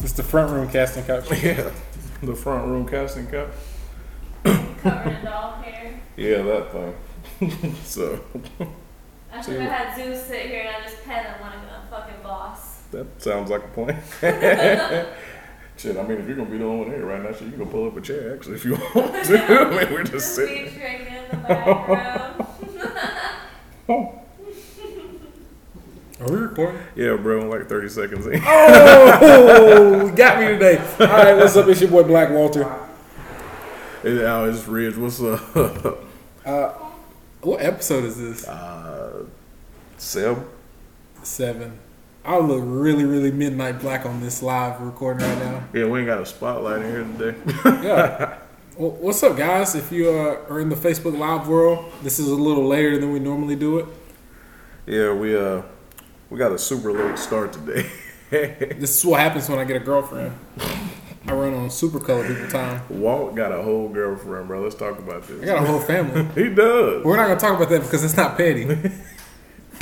It's the front room casting couch. Yeah, the front room casting couch. Covered in dog hair. Yeah, that thing. so I should have had Zeus sit here and I just pet him like a fucking boss. that sounds like a plan. shit, I mean, if you're gonna be the only one here right now, shit, you can pull up a chair actually if you want to. I mean, we're just Just sitting. featuring in the background. Are we Oh, recording? Yeah, bro, in like 30 seconds. in. Oh, got me today. All right, what's up? It's your boy Black Walter. It's Al, it's Ridge. What's up? What episode is this? Seb? Seven. I look really, really midnight black on this live recording right now. Yeah, we ain't got a spotlight in here today. Yeah. Well, what's up, guys? If you uh, are in the Facebook Live world, this is a little later than we normally do it. yeah, we uh we got a super late start today. This is what happens when I get a girlfriend. I run on super color people time. Walt got a whole girlfriend, bro. Let's talk about I this. got a whole family. He does. We're not gonna talk about that because it's not petty.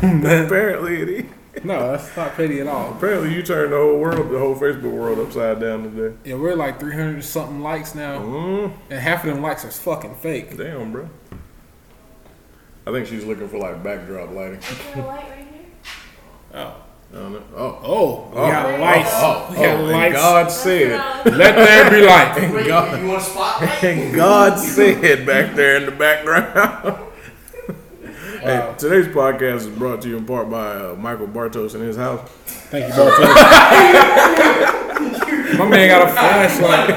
Apparently, it is. No, that's not petty at all. Apparently, you turned the whole world, the whole Facebook world upside down today. Yeah, we're like 300 something likes now, Mm, and half of them likes are fucking fake. damn, bro. I think she's looking for like backdrop lighting. Is there a light right here? Oh. I don't know. Oh, Oh, we got Oh, lights. Oh, we oh, got and lights. God said. That's what I was- Let there be light. And Wait, God, you want a spotlight? and God said back there in the background. Hey, today's podcast is brought to you in part by uh, Michael Bartos and his house. Thank you, Bartolo. My man got a flashlight.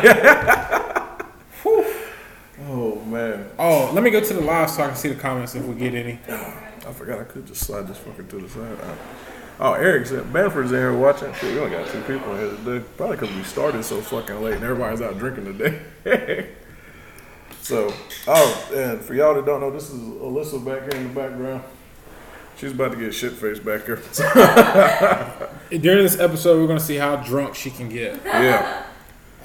Oh man, Oh, let me go to the live so I can see the comments if we get any. I forgot I could just slide this fucking to the side. Uh, Oh, Eric said Bamford's in here watching. Shit, we only got two people in here today. Probably because we started so fucking late and everybody's out drinking today. so, oh, and for y'all that don't know, this is Alyssa back here in the background. She's about to get shit faced back here. During this episode, we're gonna see how drunk she can get. yeah.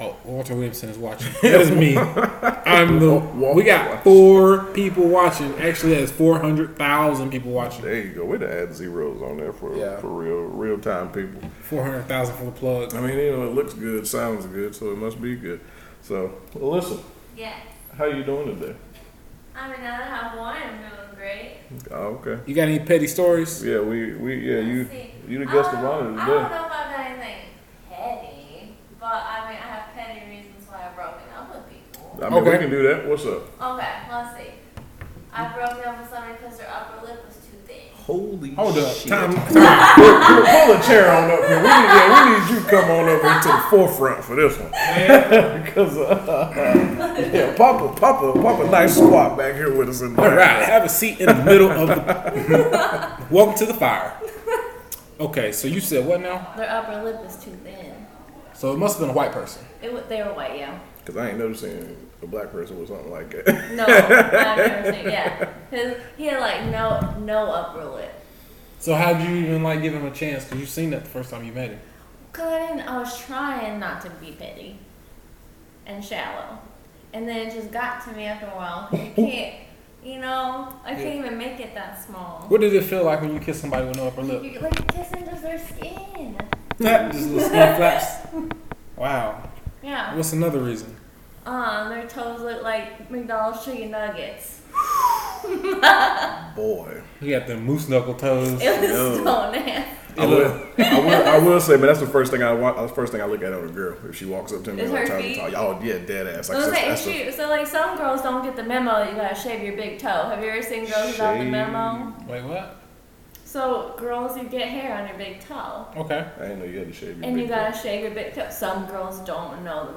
Oh, Walter Williamson is watching. That is me. I'm the. Walter We got four people watching. Actually, that's four hundred thousand people watching. There you go. We'd add zeros on there for Yeah. for real real time people. Four hundred thousand for the plug. I mean, you know, it looks good, sounds good, so it must be good. So, Alyssa, Yeah. how you doing today? I mean, now that I have one, I'm doing great. Oh, okay. You got any petty stories? Yeah, we, we yeah, you Let's see. you the guest of Um, honor I don't today. know if I've done anything petty, but I mean, I have petty reasons why I've broken up with people. I mean, Okay. we can do that. What's up? Okay, let's see. I broke up with somebody because their upper lip was too thin. Holy Hold up, shit. time. time. Pull, pull a chair on up here. We need, yeah, we need you to come on up here to the forefront for this one. because, uh, yeah, Papa, Papa, Papa, nice squat back here with us in All there. right, have a seat in the middle of the. Welcome to the fire. Okay, so you said what now? Their upper lip is too thin. So it must have been a white person. It wa- they were white, yeah. Because I ain't never seen a black person with something like that. No, I've never seen. Yeah, his, he had like no no upper lip. So how would you even like give him a chance? Cause you seen that the first time you met him. Cause I didn't. I was trying not to be petty and shallow, and then it just got to me after a while. You can't, you know, I can't even make it that small. What did it feel like when you kissed somebody with no upper lip? You're like kissing just their skin. Just little skin flaps. Wow. Yeah. What's another reason? Um, their toes look like McDonald's chicken nuggets. Boy. You got the moose knuckle toes. It was Yo. so nasty. I will, I will, I will say, man, that's the first thing I want. That's the first thing I look at on a girl if she walks up to me. Is like, her trying to talk. feet? Oh, yeah, dead ass. So, Like, that's, it's like, that's the- shoot, so like some girls don't get the memo that you gotta shave your big toe. Have you ever seen girls without the Shave. memo? Wait, what? So girls, you get hair on your big toe, Okay. I didn't know you had to shave your and you big toe. gotta shave your big toe. Some girls don't know the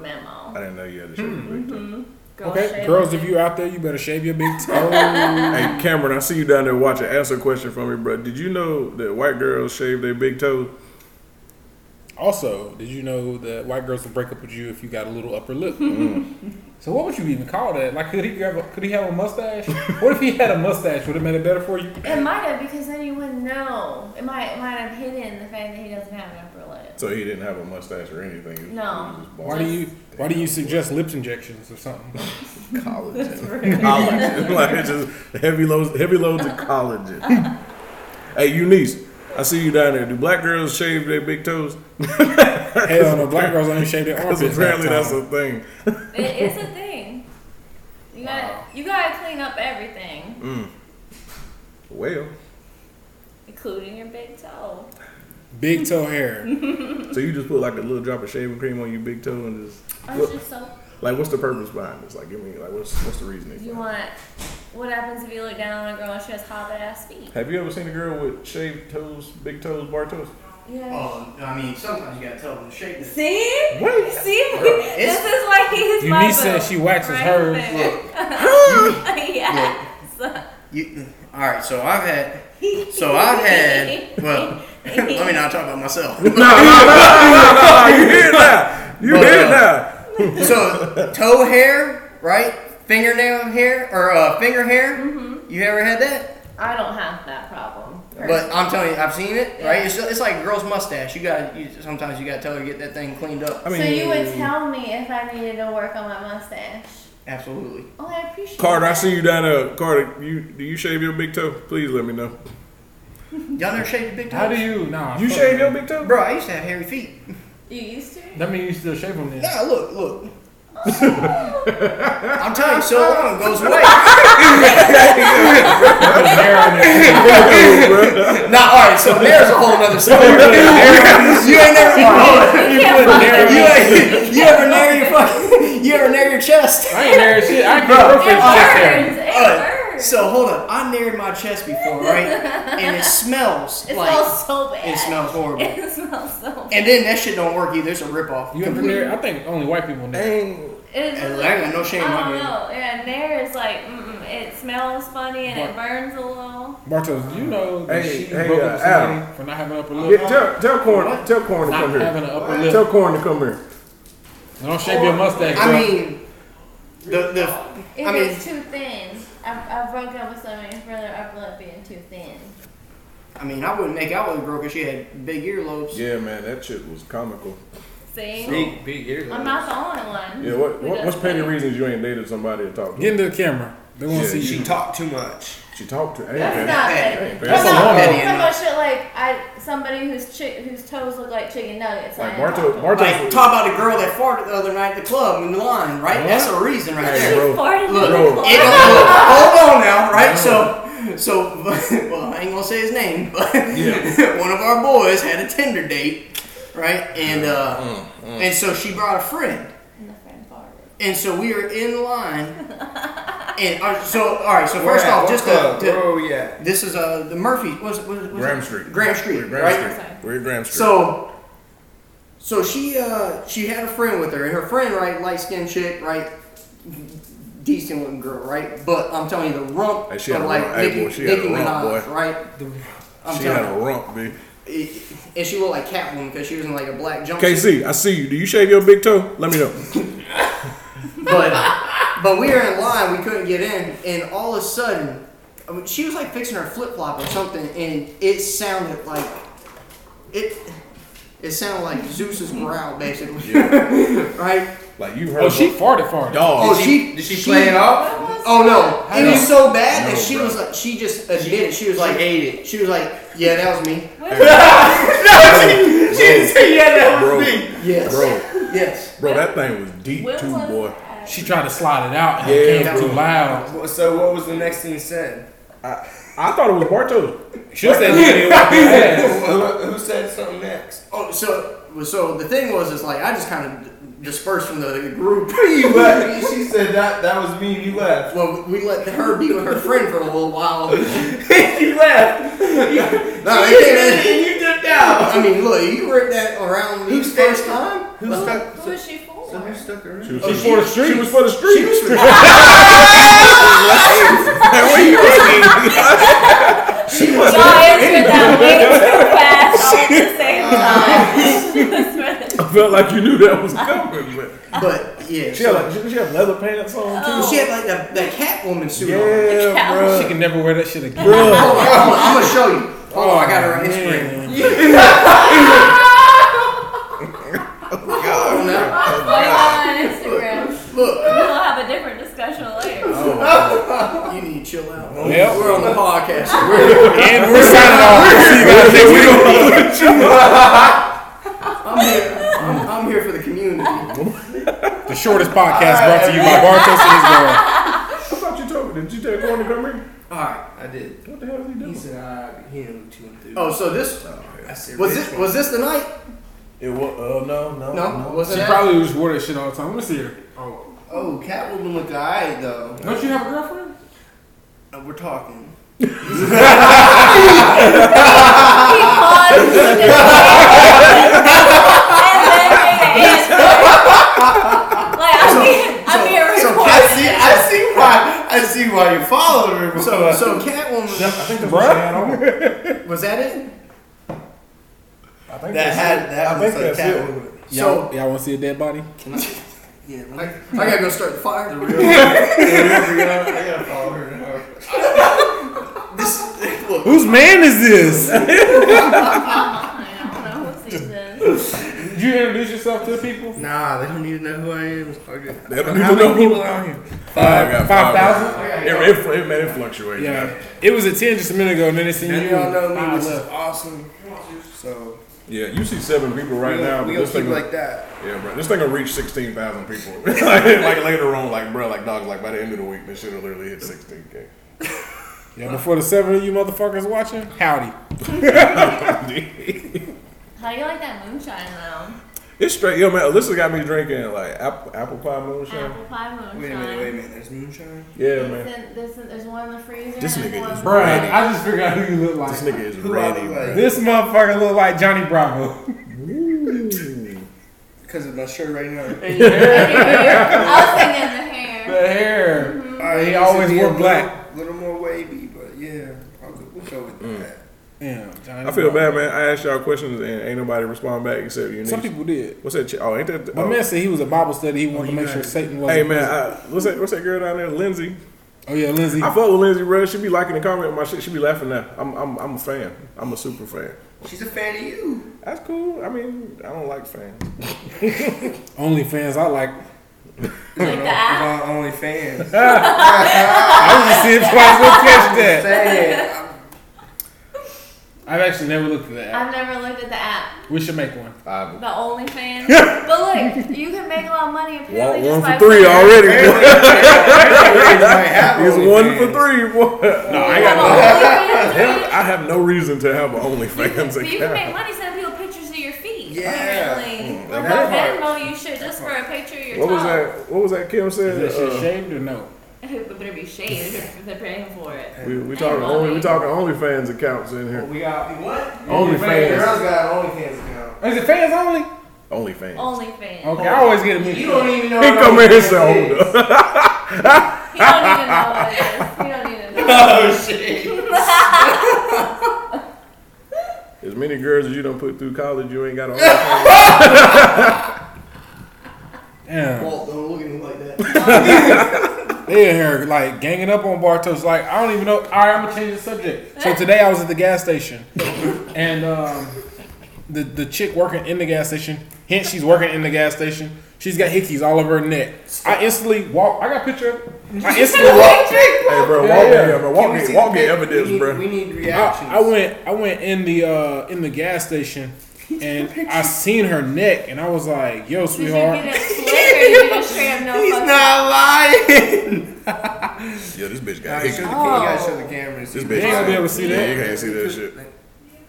I memo. didn't know you had to shave your big toe. Girls okay, shave girls, their if you're out there, you better shave your big toe. Hey Cameron, I see you down there watching. Answer a question for me, bro. Did you know that white girls shave their big toes? also, did you know that white girls will break up with you if you got a little upper lip? Mm-hmm. Mm. So what would you even call that? Like, could he have a, could he have a mustache? what if he had a mustache? Would it made it better for you? It might have because then you wouldn't know. It might it might have hidden the fact that he doesn't have an upper lip. So he didn't have a mustache or anything. He was- No. he was just Why do you Why do you suggest lip injections or something? collagen? collagen, like it's just heavy loads, heavy loads of collagen. hey, Eunice, I see you down there. Do black girls shave their big toes? Hell no, black girls only shave their Because armpits. apparently that's half the a thing. It is a thing. You gotta, Wow. you gotta clean up everything, Mm. Well, including your big toe. time. big toe hair. so you just put like a little drop of shaving cream on your big toe and just I Look. was just so. like, what's the purpose behind this? Like, give me like, what's what's the reasoning? You behind it? want? What happens if you look down on a girl and she has hobbit ass feet? Have you ever seen a girl with shaved toes, big toes, bar toes? Yeah. Oh, I mean, sometimes you gotta tell them to shake this. See? Wait. See? it's- this is why he's my Eunice boo. says she waxes Right hers. there. Look, yes. you, all right. So I've had, so I've had. Well, let me not talk about myself. Ah, you hear it now. You But, hear it uh, now. so toe hair, right? Fingernail hair or uh, finger hair? You ever had that? I don't have that problem. But I'm telling you, I've seen it. Yeah. Right? It's, it's like a girl's mustache. You got. You, sometimes you got to tell her to get that thing cleaned up. I mean, so you would tell me if I needed to work on my mustache. Absolutely. Oh, I appreciate Carter, I that. see you down there. Carter, you do you shave your big toe? Please let me know. Y'all never shaved your big toes? How do you? Nah. You fuck shave it. your big toe? Bro, I used to have hairy feet. You used to? That means you still shave them then. Nah, look, look. I'm telling you, so long it goes away. Put hair on there. Nah, all right, so there's a whole nother story. you ain't never, You can't fuck hair with on me. you, ain't, you ever nair your fucking, you ever nair your chest? I ain't there shit. I ain't It girlfriend's burns. All It right, burns. so hold up, I naired my chest before, right? And it smells It like smells so bad. it smells horrible. It smells so bad. And then that shit don't work either. It's a ripoff. You ever Completely. there? I think only white people there. Dang. It's Hey, just there ain't no shame in I my don't game. know. Yeah, there is like, mm-mm, it smells funny and it burns a little. Bartos, do you know that Hey, she hey, broke uh, up with somebody Al. for not having an upper lip? Yeah, tell tell Corn tell Corn to not come having an here. upper lip. Tell Corn to come here. don't shave your mustache. I bro. mean, the the. If I mean- it's too thin, I've, I've broken up with somebody for their upper lip being too thin. I mean, I wouldn't make out with a girl because she had big earlobes. Yeah, man, that shit was comical. See? Big, big ears. I'm not the only one. Yeah, what, who what does what's petty that. reasons you ain't dated somebody to talk to? Get into the camera. They want Yeah, to see she you. talked too much. She talked to. Hey, That's man. not Hey, petty. hey, That's, that's a not lot. petty. Petty Some enough. of shit like I somebody whose chi- whose toes look like chicken nuggets. Like I Marto, Marto. Like, talk about a girl that farted the other night at the club in the line, right? That's a reason right Hey, there. bro. Look, Bro. it don't look. Hold on now, right? So, so well, I ain't gonna say his name, but one of our boys had a Tinder date, right? And uh, Mm, and so she brought a friend, And the friend farted. and so we were in line. And uh, so, all right. So first Where at? off, What just club? to, to- Where are we at? this is uh the Murphy. What's what's, what's Graham Street. Graham Street, We're at Graham right? Street. We're at Graham Street. So, so she uh she had a friend with her, and her friend, right, light skinned chick, right, decent looking girl, right. But I'm telling you, the rump, Hey, she of, had a like rump. Hey, Nicki, boy, she had a Nicki rump, Minaj, boy. right. I'm she had telling a you, rump, B. It- and she looked like Catwoman because she was in like a black jumpsuit. KC, I see you. Do you shave your big toe? Let me know. But but we were in line, we couldn't get in, and all of a sudden, I mean, she was like fixing her flip flop or something, and it sounded like it. It sounded like Zeus's growl, basically. right? Like you heard. Oh, she what- farted farted. dog. Oh, she- Did she, she- play it off? Oh no! How it do was you- so bad that No, she bro. was like, she just admitted she was she like, ate it. she was like, yeah, that was me. She didn't say yeah, that Bro. was me. Yes, Bro, yes. bro, that thing was deep When too, was boy. that? She tried to slide it out and Yeah, it came too bro. loud. Well, So what was the next thing said? I thought it was Bartos. She said it Who, was who- who said something next? Oh, so so the thing was, is like I just kind of dispersed from the group. You left. She said that that was me. and You left. Well, we let her be with her friend for a little while. you left. No, they You did it. did it, and you dipped out. I mean, look, you ripped that around me Who's first that? time. Who Who, stuck? who is she for? So who stuck around? She was, Oh, she, she- for the street. she She was for the street. She was with What you mean? Guys, you're that way too fast all at the same time. Just for the- I felt like you knew that was coming, but but yeah, she had so- like she, she had leather pants Oh, on too. she had like that, that Catwoman suit on. Yeah, She bro. can never wear that shit again. Hold on, hold on, I'm gonna show you. Hold Oh, on, I got her on Instagram. Man. Hold on now. Oh, Put it on Instagram. Look, We'll have a different discussion later. you need to chill out. Yep. We're on the podcast. We're- And we're signing off. See you guys. we gonna put you I'm here. I'm, I'm here for the community. The shortest podcast brought to you by Bartos and his girl. I thought you told me. Did you take one to come in? All right, I did. What the hell did he He do? said I hit him two and three. Oh, so this I said, was "Rich this was this the night? It was. Oh no, no, No, wasn't She that? probably just wore that shit all the time. Let me see her. Oh, oh, Catwoman looked alright though. Don't you have a girlfriend? Uh, We're talking. He paused and then made an answer. Like, I'm being, I'm being recorded. see, Oh, I see why, I see why you followed her. So So, so Catwoman I think that's what she had on. was that it? I think that that's had, it. that I think was like that's cat. it. So- Y'all, y'all want to see a dead body? yeah. I, I gotta go start the fire. This look. Whose man is this? I don't know who sees this. Did you introduce yourself to the people? Nah, they don't even know who I am. Okay. They don't How even know many who- people are on here? I got Five thousand. It, it, it, man, it fluctuates. Yeah, it was at ten just a minute ago, and then they seen And you. y'all know Ah, me, which is look. awesome. So Yeah, you see seven people right we gonna- now. but we gonna this keep thing, like that. yeah, bro, this thing will reach sixteen thousand people. like, like later on, like bro, like dogs, like by the end of the week, this shit will literally hit sixteen k. Yeah, before the seven of you motherfuckers watching, howdy. How do you like that moonshine though? It's straight, yo, man. Alyssa got me drinking like apple, apple pie moonshine. Apple pie moonshine. Wait a minute, wait a minute. There's moonshine. Yeah, There's, man. in- there's, in- there's one in the freezer. This and nigga one- is Bruh, I just figured out who you look This like. nigga is Who I ready. look like? This motherfucker look like Johnny Bravo. Ooh. Because of my shirt right now. And your hair. I was thinking the hair. The hair. All right, He this always would be a wore little- black. Little, more wavy, but yeah, I'll go, we'll go with that. Damn, Johnny I feel Bravo. bad, man. I asked y'all questions and ain't nobody respond back except you. Some niggas. people did. What's that? chi- Oh, ain't that? My oh. man said he was a Bible study. He wanted Oh, to you make got sure it. Satan wasn't. Hey man, I, what's that? What's that girl down there, Lindsay? Oh yeah, Lindsay. I fuck with Lindsay, bro. She be liking and commenting my shit. She be laughing now. I'm, I'm, I'm a fan. I'm a super fan. She's a fan of you. That's cool. I mean, I don't like fans. Only fans I like. Like the I'm app. on OnlyFans. I was just seeing twice. What catch that? Fan. I've actually never looked at that. I've never looked at the app. We should make one. I The OnlyFans. but look, you can make a lot of money want apparently one just by for three already. boy. It's It's one for three, boy. No, I You have got. an OnlyFans Hell, page. I have no reason to have an You can, OnlyFans but you can make account. money sending people pictures of your feet. Yeah. Apparently. Mm, Or that on part. Venmo, you should just for a picture of your What was toe. that? What was that? Kim Is said. that shit Uh, shaved or no? It better be shaved if they're paying for it. we, we talking only. We talking OnlyFans accounts in here. We got what? Only fans. Girls got OnlyFans account. Is it fans only? OnlyFans. Oh. OnlyFans. Okay, I always get a You don't mix. even know. He what come in here and say, OnlyFans "Hold up." He don't even know what it is. He don't even know. As many girls as you don't put through college, you ain't got an OnlyFans. Damn. Walt, don't look at me like that. They in here like ganging up on Bartos. Like I don't even know. All right, I'm gonna change the subject. So today I was at the gas station, and um, the the chick working in the gas station. Hence, she's working in the gas station. She's got hickeys all over her neck. I instantly walk. I got a picture. of it. I instantly walk. Hey, bro, walk Yeah, yeah. in, bro. Walk Can we in, see walk the in pic? evidence, we need, bro. We need reactions. I, I went. I went in the uh, in the gas station, and I seen her neck, and I was like, "Yo, Did you get sweetheart." it slick or you just straight up no He's fucking- not lying. Yeah, this bitch Nah, got show the, hiccups. you Oh. gotta show the cameras. This bitch You ain't gonna be able to see Yeah, that. you can't see that shit.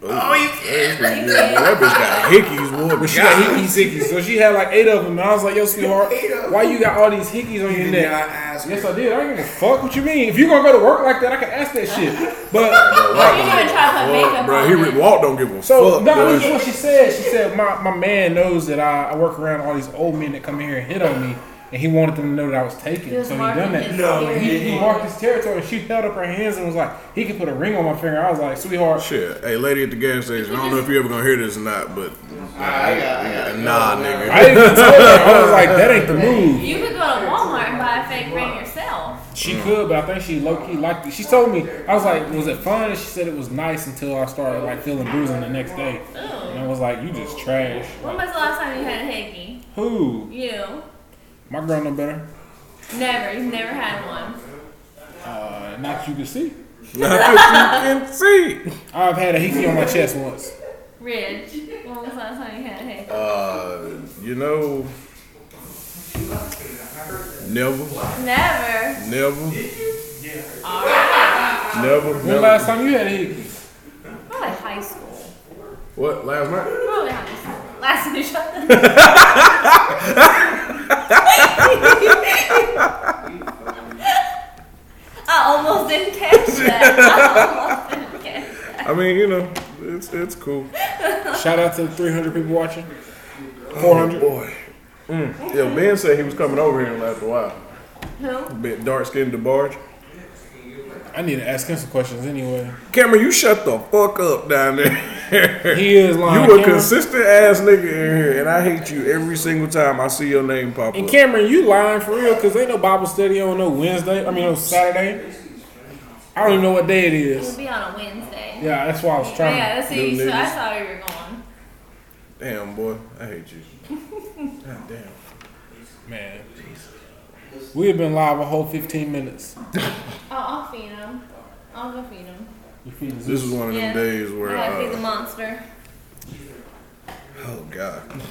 Oh, you That bitch, yeah, that bitch got hickeys, boy. But she got hickeys, hickeys. So she had like eight of them, and I was like, "Yo, sweetheart, why you got all these hickeys on You your did neck?" not ask. Yes, her. I did. I don't give a fuck what you mean. If you gonna go to work like that, I can ask that shit. But Oh, you didn't even try to put makeup bro, on. he it. re- Walt don't give a so fuck. no, bro. this is what she said. She said my, my man knows that I, I work around all these old men that come in here and hit on me, and he wanted them to know that I was taken. He was so he marking done that. his No, territory. He, he marked his territory, and she held up her hands and was like, "He could put a ring on my finger." I was like, "Sweetheart, Shit, hey, lady at the gas station. I don't know if you ever gonna hear this or not, but I got, I got. nah, nigga. I didn't even tell her." I was like, "That ain't the move." You could go to Walmart and buy a fake ring yourself. She could, but I think she low key liked it. She told me I was like, "Was it fun?" And she said it was nice until I started like feeling bruising the next day, and Ooh. I was like, "You just trash." When was the last time you had a hickey? Who? You. My girl know better. Never. You've never had one. Uh, not you can see. Not that you can see. I've had a hickey on my chest once. Ridge, when was the last time you had a hiccup? Uh, you know, never, Never. never, Alright. never, When never. last time you had a hickey? Probably high school. what? Last night? Probably high school. Last time you shut the I almost didn't catch that. I almost didn't catch that. I mean, you know, it's it's cool. Shout out to the 300 people watching. 400. boy. Mm. Yeah, Ben said he was coming over here after a while. Who? Bit dark skinned DeBarge. I need to ask him some questions anyway. Cameron, you shut the fuck up down there. He is lying. you a Cameron. consistent ass nigga in here, and I hate you every single time I see your name pop and up. Cameron, you lying for real because ain't no Bible study on no Wednesday. I mean, on Saturday. I don't even know what day it We'll is. be on a Wednesday. Yeah, that's why I was trying. Yeah, that's see, Them so I niggas. saw where you were going. Damn boy, I hate you. God damn. Man. We have been live a whole 15 minutes. I'll, I'll feed him. I'll go feed him. You feeling This is one of them Yeah. days where I gotta feed the uh, monster. oh god,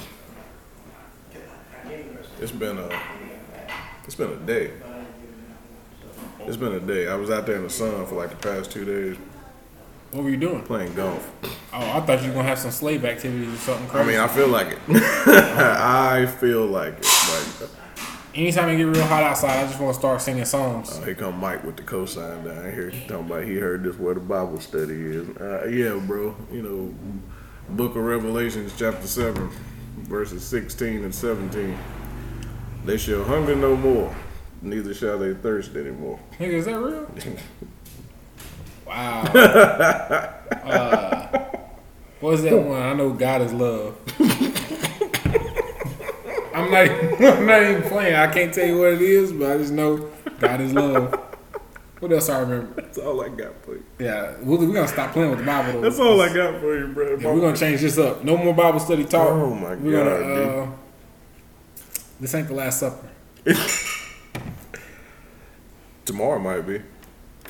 it's been a it's been a day. It's been a day. I was out there in the sun for like the past two days What were you doing? playing golf. Oh, I thought you were gonna have some slave activities or something I crazy. mean, I feel like it. I feel like it. Like Anytime it get real hot outside, I just want to start singing songs. Oh, here come Mike with the cosign down here. He talking about he heard this where the Bible study is. Uh, yeah, bro. You know, Book of Revelations chapter seven, verses sixteen and seventeen. They shall hunger no more, neither shall they thirst anymore. Nigga, is that real? Wow. Uh, what was that one? I know God is love. I'm not. I'm not even playing. I can't tell you what it is, but I just know God is love. What else I remember? That's all I got for you. Yeah, we're, we're gonna stop playing with the Bible. Though. That's all I got for you, bro. Yeah, we're gonna change this up. No more Bible study talk. Oh my We're God, gonna, uh, this ain't the Last Supper. Tomorrow might be.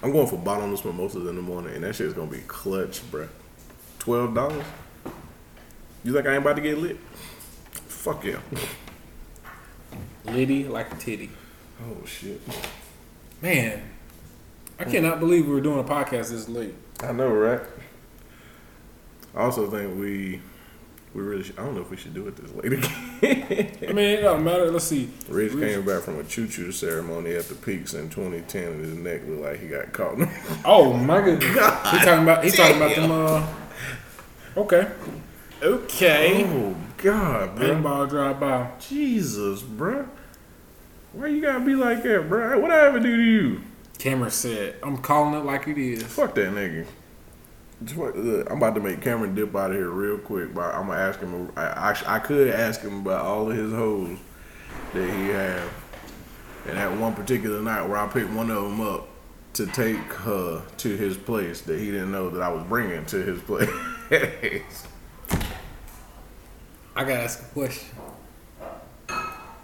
I'm going for bottomless mimosas in the morning, and that shit's gonna be clutch, bruh. Twelve dollars. You think I ain't about to get lit? Fuck yeah. Liddy like a titty. Oh shit. Man, I cannot believe we were doing a podcast this late. I know, right? I also think we we really should, I don't know if we should do it this late again. I mean, it don't matter. Let's see. Rich came back from a choo choo ceremony at the Peaks in 2010, and his neck looked like he got caught. Oh my goodness. He talking about. He talking about them. Uh, okay. Okay. oh God, bro! Pinball drive by. Jesus, bruh. Why you gotta be like that, bruh? What I ever do to you? Cameron said, "I'm calling it like it is." Fuck that nigga. Just what- look, I'm about to make Cameron dip out of here real quick, but I'm gonna ask him. I, I, I could ask him about all of his hoes that he have, and that one particular night where I picked one of them up to take her to his place that he didn't know that I was bringing to his place. I gotta ask a question.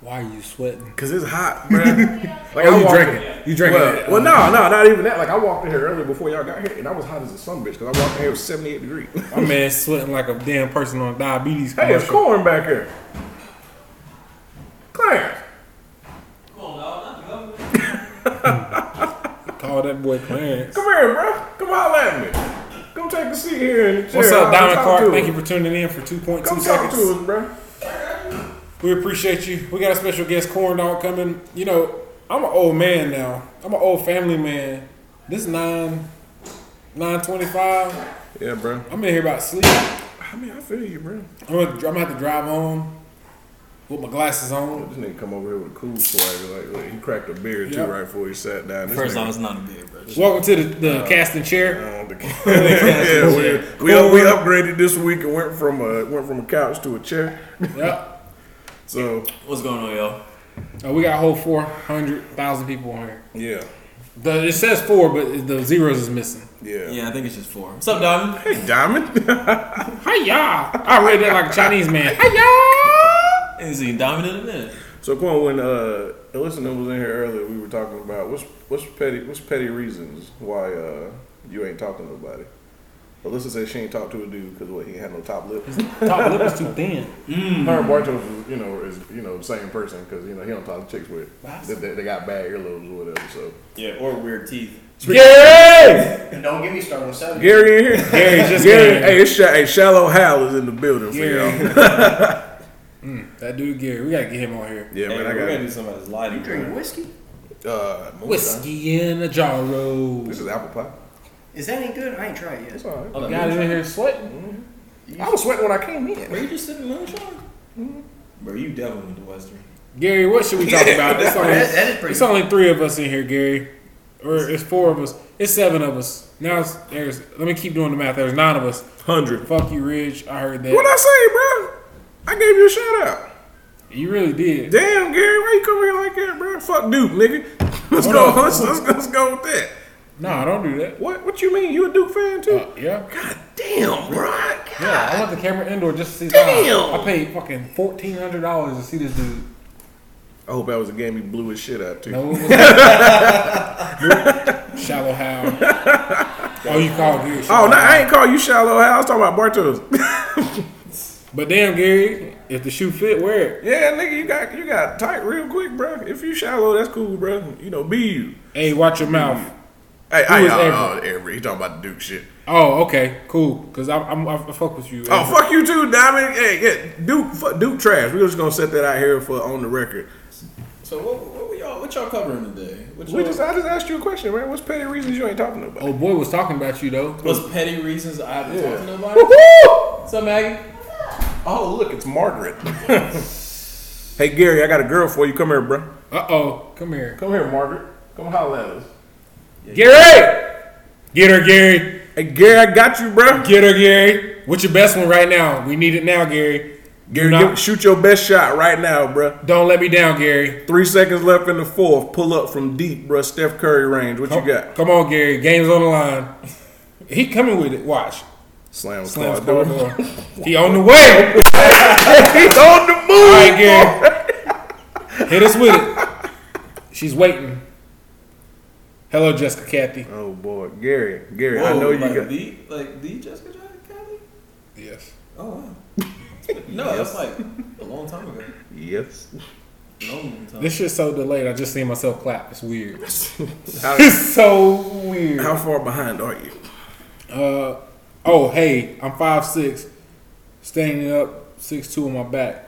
Why are you sweating? Cause it's hot, man. like Oh, you walked- drinking. You drinking Well, it. well, no, no, not even that. Like I walked in here earlier before y'all got here, and I was hot as a sun bitch. Cause I walked in here it was 78 degrees. My man's sweating like a damn person on diabetes. Hey, it's commercial. corn back here. Clarence. Call that boy Clarence. Come here, bro. Come holler at me. Come take a seat here in the chair. What's up, I'll Diamond talk Clark? to Thank you him. for tuning in for 2.2 Come talk seconds. to us, bro. We appreciate you. We got a special guest, Corn Dog, coming. You know, I'm an old man now. I'm an old family man. This nine, nine twenty-five. Yeah, bro. I'm in here about sleep. I mean, I feel you, bro. I'm gonna, I'm gonna have to drive home with my glasses on. This nigga come over here with a cool swagger. Like, look, he cracked a beer Yep. too right before he sat down. This First nigga, off, it's not a beer, bro. Just- Welcome to the, the casting chair. uh, the- yeah, we, we, Cool. we upgraded this week and went from a went from a couch to a chair. Yep. So What's going on, y'all? Uh, we got a whole four hundred thousand people on here. yeah, The, it says four, but the zeros is missing. yeah. Yeah, I think it's just four. What's up, Diamond? Hey, Diamond. Hi-ya! I read that like a Chinese man. Hi-ya! Ain't seen Diamond in a minute. So Quan, when uh, Alyssa was in here earlier, we were talking about what's what's petty what's petty reasons why uh you ain't talking to nobody. Alyssa said she ain't talked to a dude because what he had no top lip. Top lip is too thin. Her and Bartos, you know, is you know the same person because you know he don't talk to chicks with. They, they, they got bad earlobes or whatever. So Yeah, or weird teeth. Gary! And don't get me started on seven. Gary in here. Gary's just Gary, Gary. hey, it's Sha- hey, Shallow Hal is in the building for y'all. That dude Gary, we gotta get him on here. Yeah, Hey, man, we're I gonna do some of this lighting. You drink whiskey? got uh, moonshine. Whiskey in a jar roll. This is apple pie. Is that any good? I ain't tried it It's yet. all right. Hold on, Got him Oh, in here sweating. I was sweating when I came Were in. you just sipping moonshine? Mm-hmm. Bro, you definitely went to Western. Gary, what should we talk about? It's only, That- that is pretty- it's only three of us in here, Gary. Or it's four of us. It's seven of us. Now it's, there's, let me keep doing the math. There's nine of us. Hundred. Fuck you, Ridge. I heard that. What I say, bro? I gave you a shout out. You really did. Damn, Gary, why you come here like that, bro? Fuck Duke, nigga. Let's Hold go. on. Let's, let's, let's go with that. Nah, don't do that. What? What you mean? You a Duke fan too? Uh, yeah. God damn, bro. God. Yeah, I want the camera indoor just to see. Damn! I paid fucking fourteen hundred dollars to see this dude. I hope that was a game you blew his shit out too. No, it wasn't. shallow how? Oh, you called Gary? Oh shallow no, I Hal. ain't call you shallow. I was talking about Bartos. But damn, Gary, if the shoe fit, wear it. yeah, nigga, you got you got tight real quick, bro. If you shallow, that's cool, bro. You know, be you. Hey, watch your mouth. Hey, I, is oh, Avery? oh, Avery. He talking about the Duke shit. Oh, okay, cool. Cause I'm, I'm I fuck with you. Oh fuck you too, Diamond. Hey, yeah, Duke, fuck Duke trash. We're just gonna set that out here for on the record. So what, what were y'all what y'all covering today? What We uh, y'all- just I just asked you a question, man. What's petty reasons you ain't talking to nobody? Oh boy, was talking about you though. was petty reasons I haven't Yeah. talked to nobody. Woo-hoo! What's up, Maggie? Oh, look, it's Margaret. hey, Gary, I got a girl for you. Come here, bro. Uh oh, come here, Come here, Margaret. Come holler at us. Gary. Get her, Gary. Hey, Gary, I got you, bro. Get her, Gary. What's your best one right now? We need it now, Gary. Do Gary, give, not, shoot your best shot right now, bro. don't let me down, Gary. Three seconds left in the fourth. Pull up from deep, bro. Steph Curry range. What Come, you got? come on, Gary. Game's on the line. He coming with it. Watch. Slam Slam Slam score door. door. He on the way. All He's on the move. right, Gary. Hit us with it. She's waiting. Hello, Jessica Kathy. Oh boy, Gary, Gary, I know you like got. the like the Jessica Jones Kathy? Yes. Oh wow. no, that's like a long time ago. Yes. Long time. This shit's so delayed. I just seen myself clap. It's weird. How, It's so weird. how far behind are you? Uh, oh, hey, I'm five six, standing up, six two on my back.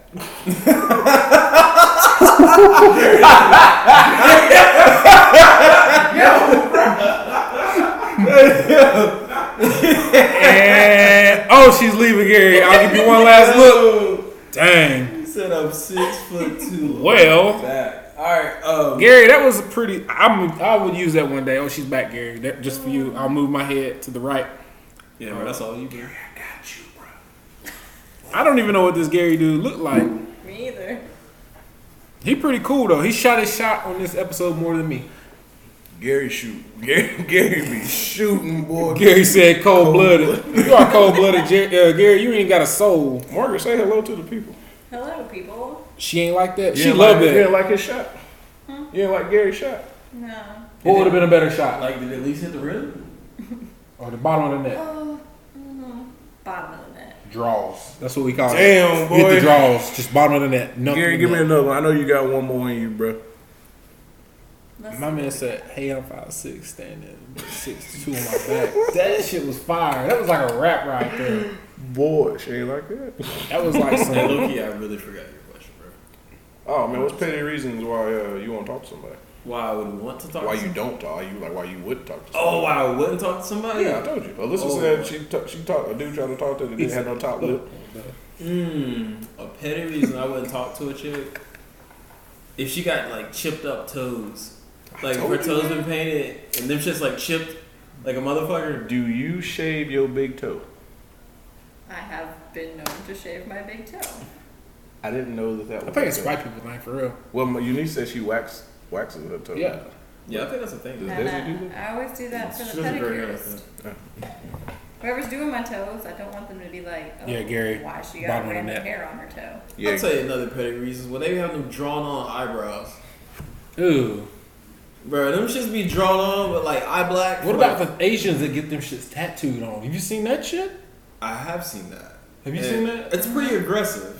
and, oh, she's leaving, Gary. I'll give you one last look. Dang. You said I'm six foot two. Well, Back. All right. Um. Gary, that was a pretty. I'm. I would use that one day. Oh, she's back, Gary. That, just for you, I'll move my head to the right. Yeah, bro, that's all you do. I don't even know what this Gary dude looked like. Me either. He pretty cool though. He shot his shot on this episode more than me. Gary shoot. Gary, Gary be shooting, boy. Gary said, "Cold blooded. You are cold blooded, uh, Gary. You ain't got a soul." Margaret, say hello to the people. Hello, people. She ain't like that. You she didn't loved like, You that. didn't like his shot. You didn't like Gary's shot. No. What would have been a better shot? Like, did it at least hit the rim? Or the bottom of the net. Oh, mm, bottom of the net. Draws. That's what we call it. Damn, Hit the draws. Just bottom of the net. Nothing Gary, in give me net. another one. I know you got one more in you, bro. Let's My man said, "Hey, I'm five six, standing six two on my back." that shit was fire. That was like a rap right there. Boy, she ain't like that. That was like Hey, some. Loki, I really forgot your question, bro. Oh man, what's petty reasons why uh, you won't talk to somebody? Why I would want to talk? Why to you some- don't talk? You like why you would talk to? Oh, Somebody. why I wouldn't talk to somebody? Yeah, I told you. Alyssa Oh. said she t- she talked. A dude tried to talk to her. Didn't have no top lip. Mm, a petty reason I wouldn't talk to a chick if she got like chipped up toes, like if her told you toes been painted and them shit's like chipped, like a motherfucker. Do you shave your big toe? I have been known to shave my big toe. I didn't know that that. I think it's white people thing for real. Well, my Eunice said she waxed waxes her toe. Yeah. Yeah, I think that's a thing. Does And Daisy do I, I always do that for She the does it very good, I pedicurist. Whoever's doing my toes, I don't want them to be like, oh, Yeah, Gary, why she bottom got of the random net. hair on her toe. I'll Yeah. tell you another petty reason when they have them drawn on eyebrows. Ooh. Bro, them shits be drawn on with like eye black. What Like, about the Asians that get them shits tattooed on? Have you seen that shit? I have seen that. Have you And seen that? It's pretty aggressive.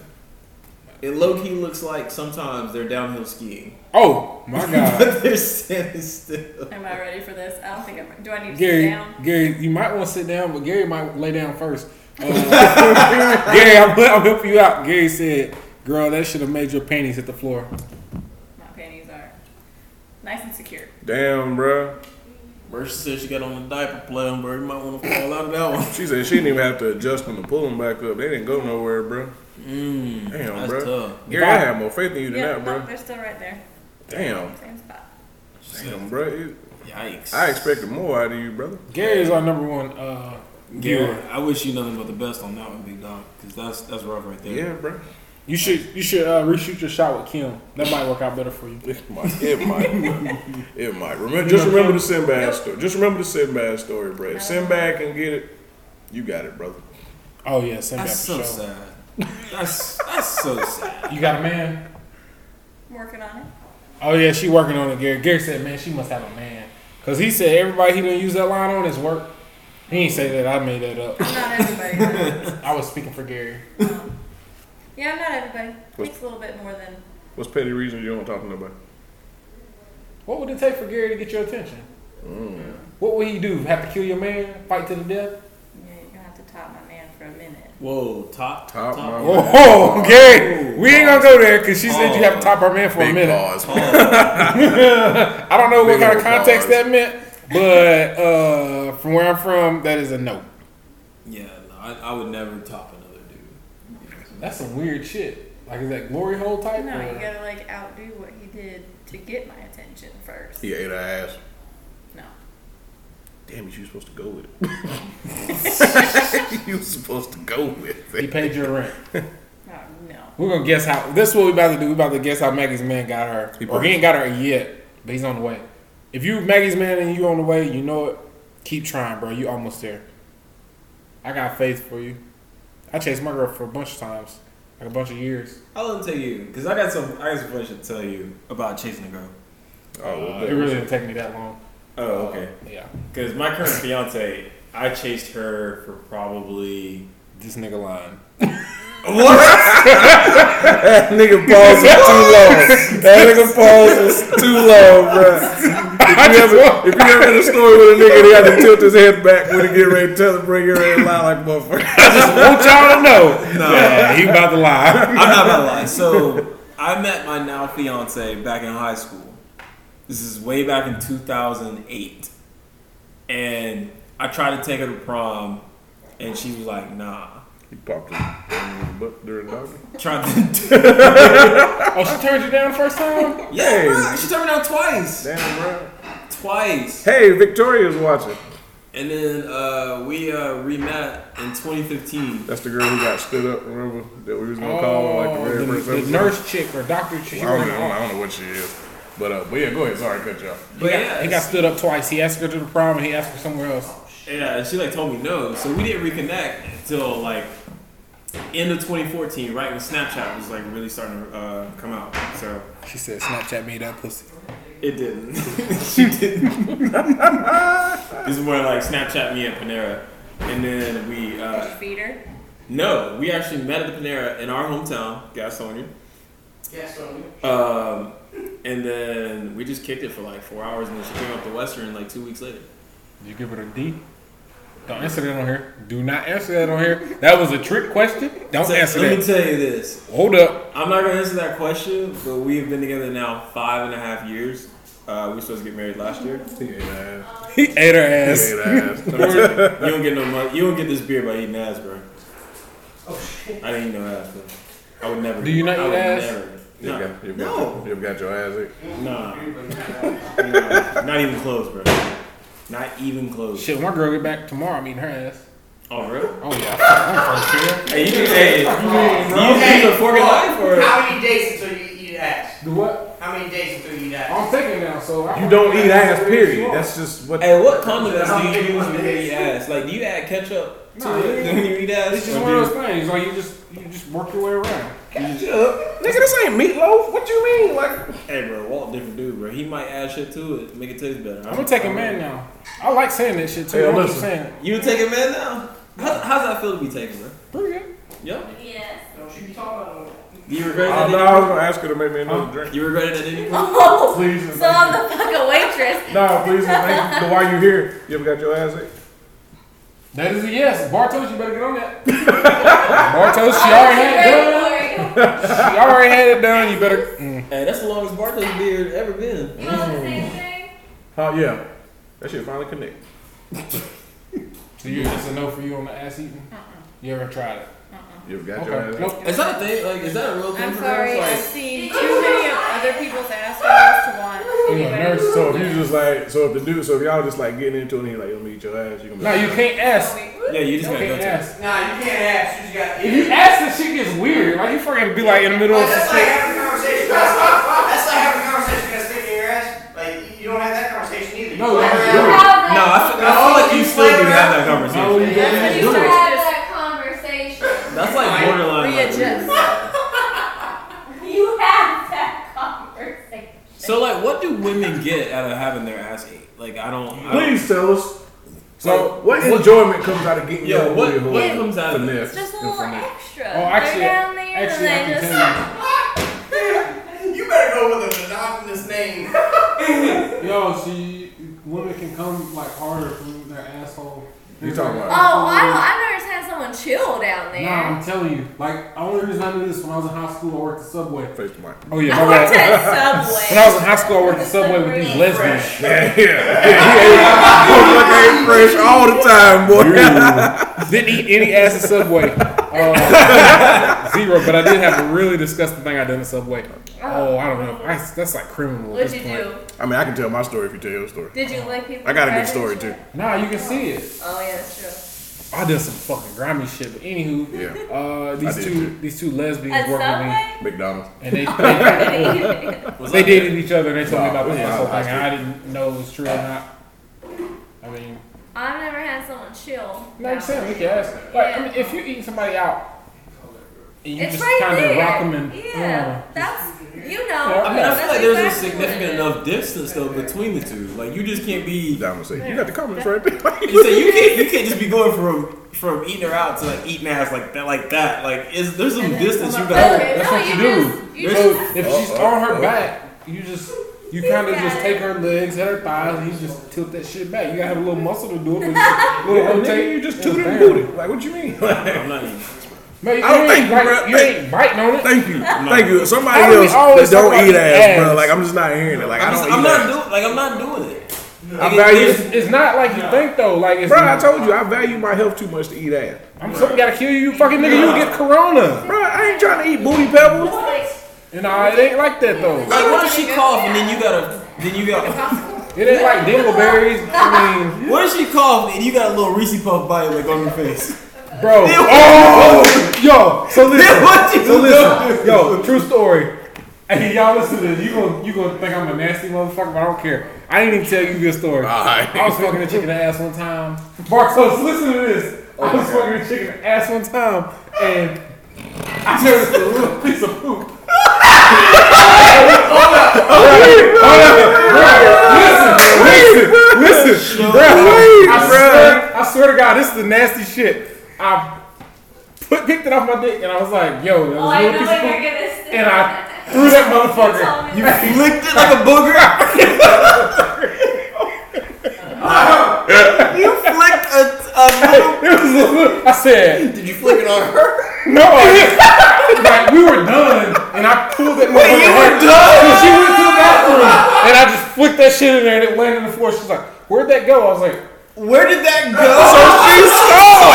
It low key looks like sometimes they're downhill skiing. Oh my god, but they're standing still. Am I ready for this? I don't think I'm. Do I need to sit Gary, down? Gary, you might want to sit down, but Gary might lay down first. Uh, Gary, I'm, I'll help you out. Gary said, "Girl, that should have made your panties hit the floor." My panties are nice and secure. Damn, bruh. Mercy said she got on a diaper plan, bro. You might want to fall out of that one. She said she didn't even have to adjust them to pull them back up. They didn't go nowhere, bruh. Mm, Damn, that's bro. tough. Gary, I have more faith in you than Yeah, that, no, bruh. they're still right there. Damn, Same spot. damn, bruh. You- Yikes. I expected more out of you, brother. Gary is our number one. Uh, Gary, viewer. I wish you nothing but the best on that one, Big Dog, because that's that's rough right there. Yeah, bruh. You should you should uh, reshoot your shot with Kim. That might work out better for you. It might. It might. it might. Remember, just remember the Sinbad story. Just remember the Sinbad story, bro. If Sinbad can get it, you got it, brother. Oh yeah, send me out That's for so sure. sad. That's that's so sad. You got a man? I'm working on it. Oh yeah, she working on it. Gary. Gary said, "Man, she must have a man," because he said everybody he didn't use that line on is work. He ain't say that. I made that up. I'm not everybody. but, I was speaking for Gary. um, yeah, I'm not everybody. Takes a little bit more than What's petty reason you don't talk to nobody? What would it take for Gary to get your attention? What would he do? Have to kill your man? Fight to the death? yeah, you're gonna have to top my man for a minute. Whoa, top Top, my top. man. Oh, Gary, we ain't gonna go there because she said you Oh. have to top our man for a Big minute. pause. I don't know what Big kind of old context bars. that meant, but uh, from where I'm from, that is a no. Yeah, no, I, I would never top another dude. That's some weird shit. Like, is that glory hole type? No, you or- gotta like outdo what he did to get my attention first. He ate her ass. No. Damn it, you were supposed to go with it. you were supposed to go with he it. paid your rent. No, Oh, no. We're gonna guess how. This is what we about to do. We about to guess how Maggie's man got her. He or he ain't got her yet, but he's on the way. If you Maggie's man and you on the way, you know it. Keep trying, bro. You almost there. I got faith for you. I chased my girl for a bunch of times, like a bunch of years. I'll let him tell you, because I got some I got some funny shit to tell you about chasing a girl. Oh, well, Uh, that it really didn't take me that long. Oh, okay. Yeah, Because my current fiance, I chased her for probably this nigga lying. That nigga pause is too long. That nigga pause is too long, bruh. If you ever, if you ever in a story with a nigga, they had to tilt his head back when he get ready to tell him, bring your head loud like a motherfucker. I just want y'all to know. Yeah, he about to lie. I'm not gonna lie. So I met my now fiance back in high school. This is way back in 2008, and I tried to take her to prom, and she was like, "Nah." He popped his butt during doggy. Trying to, Oh, she turned you down the first time. yeah, bruh, she turned me down twice, Damn, bro. twice, Hey, Victoria's watching. and then uh, we uh, re-met in 2015. That's the girl who got stood up, remember? That we was gonna call her, like the very Oh, the, first the episode. nurse chick or doctor chick. I she don't, ran know, I, don't know, I don't know what she is. But, uh, but yeah, go ahead. Sorry, cut you off. But He got- yeah, he got stood up twice. He asked her to the prom and he asked her somewhere else. Yeah, and she like told me no, so we didn't reconnect until like end of 2014, right when Snapchat was like really starting to uh, come out. So She said, Snapchat me that pussy. it didn't. she didn't. this is more like Snapchat me at Panera, and then we Did you uh, feed her? no, we actually met at the Panera in our hometown, Gastonia. Um, and then we just kicked it for like four hours, and then she came up to Western like two weeks later. Did you give her a D? Don't answer that on here. Do not answer that on here. That was a trick question. Don't So, answer let me that. tell you this. Hold up. I'm not gonna answer that question, but we've been together now five and a half years. Uh, we were supposed to get married last year. He ate ass. He ate her He ass. ate ass. Let me tell you, you don't get no money. You don't get this beer by eating ass, bro. Oh shit! I didn't eat no ass, but I would never. Do you not I eat would ass? Never. You No, got, you No. got, you got your ass ate. nah, nah, not even close, bro. Not even close. Shit, when my girl get back tomorrow, I'm eating her ass. Oh, really? Oh, yeah. I'm first Hey, you can hey, you can use a fork and knife or How many days until you eat ass? Do what? How many days until you eat ass? I'm taking now, so I You don't eat ass, period. That's just what. Hey, what condiments do you use when you eat ass? Like, do you add ketchup Nah, to it. yeah. Then you eat ass. It's just or one of do- those things. Like you just you just work your way around. Nigga, this ain't meatloaf. What you mean? Like, Hey, bro, Walt different dude, bro. He might add shit to it, make it taste better. I'm gonna take a man now. I like saying that shit too. Hey, I'm just listen. saying it. You take a man now? How, how's that feel to be taken, bro? pretty good. Yeah. Yes. You I regret don't know. I was gonna ask her to make me another drink. You regretted it, didn't you? Oh, Please. and so thank I'm the fucking waitress. you. Nah, please. and Thank you. But while you here, you ever got your ass ate? That is a yes. Bartos, you better get on that. Bartos, she Very already had it done. boring. She already had it done. You better. Mm. Hey, that's the longest Barclays beard ever been. You know the same thing? Oh yeah. That shit finally connect. So you it's a no for you on the ass eating. You ever tried it? You ever got your ass Okay. ate? Nope. Is that a thing? Like, is that a real thing? I'm for sorry, I've girls? seen too many of other people's assholes to want. You're a nurse. So if you just like, so if the dude, so if y'all just like getting into it and he like, let me eat your ass, you gonna be No, like, you can't ask. Like, yeah, you just You gotta go can't to it. ask. Nah, you can't ask. You just got. If you ask, the shit gets weird. Like you fucking be like in the middle of some Oh, That's like shit. having a conversation. That's not, that's not having a conversation. You got stick in your ass. Like you don't have that conversation either. No, you that's play good. around. No, I feel, I feel like you still do have that conversation. No, Oh, you Yeah. gotta You do it. had that conversation. That's like borderline. Like, Readjust. weird. You had that conversation. so, like, what do women get out of having their ass ate? Like, I don't. I don't please tell us. So So, what, Um, what- enjoyment comes out of getting Yeah, your what- booty hole what comes out of it? finesse It's just a and little finesse? extra. Oh, actually- They're down there actually, I and can they just. tell you. You better go with an anonymous name. Yo, see, women can come like harder from their asshole. You talking Oh, about? well, I don't, I've never seen someone chill down there. Nah, I'm telling you. Like, the only reason I knew this when I was in high school, I worked at Subway. Face the mic. Oh yeah, I my went bad. to Subway. When I was in high school, I worked at Subway with these lesbians. Yeah, yeah, yeah. Motherfucker ain't fresh all the time, boy. Didn't eat any ass at Subway. Uh, zero, but I did have a really disgusting thing I done at Subway. Oh, I don't know. That's, that's like criminal at What'd this you point. do? I mean, I can tell my story if you tell your story. Did you lick people? I got a good private story shit? too. Nah, you can see it. Oh yeah, that's true. I done some fucking grimy shit. But anywho, Yeah, uh, I these did two too. these two lesbians At worked with me, Subway? McDonald's. and they they, was they like, dated each other and they told me Nah, about the we ain't asshole out of thing. high And I didn't know it was true or not. I mean. I've never had someone chill. Makes down sense. You there. can ask. Like, I mean, if you're eating somebody out, and you It's just right kind there. of rock them and mm. yeah, that's you know. Yeah, I mean, I that's feel like there's a exactly significant what it enough distance though between the two. Like, you just can't be. Diamond say, you got the comments right there. You say you can't. You can't just be going from from eating her out to like eating ass like that, like that. Like, is there's some distance you is. got. Okay, That's no, what you just- you do. just- So if she's on her back, you just you kind of just take her legs and her thighs and you just tilt that shit back. You gotta have a little muscle to do it. But just a little Yeah, rotate. nigga, you just tooted Yeah, and bam. booty. Like, what you mean? I'm not even. Man, you, I don't ain't, think you, like, bruh. you ain't biting on it. Thank you, thank you. Somebody Why do we else that always talk don't about eat the ass, bro. ass? Like, I'm just not hearing it. Like, I I'm, don't just, eat I'm ass. not doing. Like, I'm not doing it. I value. It's, it's not like you think though. Like it's Bro, I not- told you I value my health too much to eat ass. I'm something gotta kill you, you fucking nigga. You get corona. Bro, I ain't trying to eat booty pebbles. You know it ain't like that though. Like, what if she cough and then you gotta, then you got, It ain't like dingleberries. I mean. what if she cough and you got a little Reese puff bite like on your face? Bro. Oh, yo. So listen. what you So do? listen. Yo, true story. Hey, y'all listen to this. You gonna you gonna think I'm a nasty motherfucker, but I don't care. I didn't even tell you this story. Alright. I was fucking a chicken ass one time. Bartos, listen to this. I was fucking a chicken ass one time, and I noticed a little piece of poop. Listen, listen, listen, bro. I swear, I swear to God, this is the nasty shit. I put, picked it off my dick and I was like, "Yo, that Oh, was a I know little piece of you're poop," gonna say. and I threw that motherfucker. You told me. Licked it like a booger. you flicked a, a It was a little- I said, Did you flick it on her? "No." like we were done, and I pulled that motherfucker. you were right- done? So she went to the bathroom, and I just flicked that shit in there, and it landed on the floor. She's like, "Where'd that go?" I was like, Where did that go? "Oh,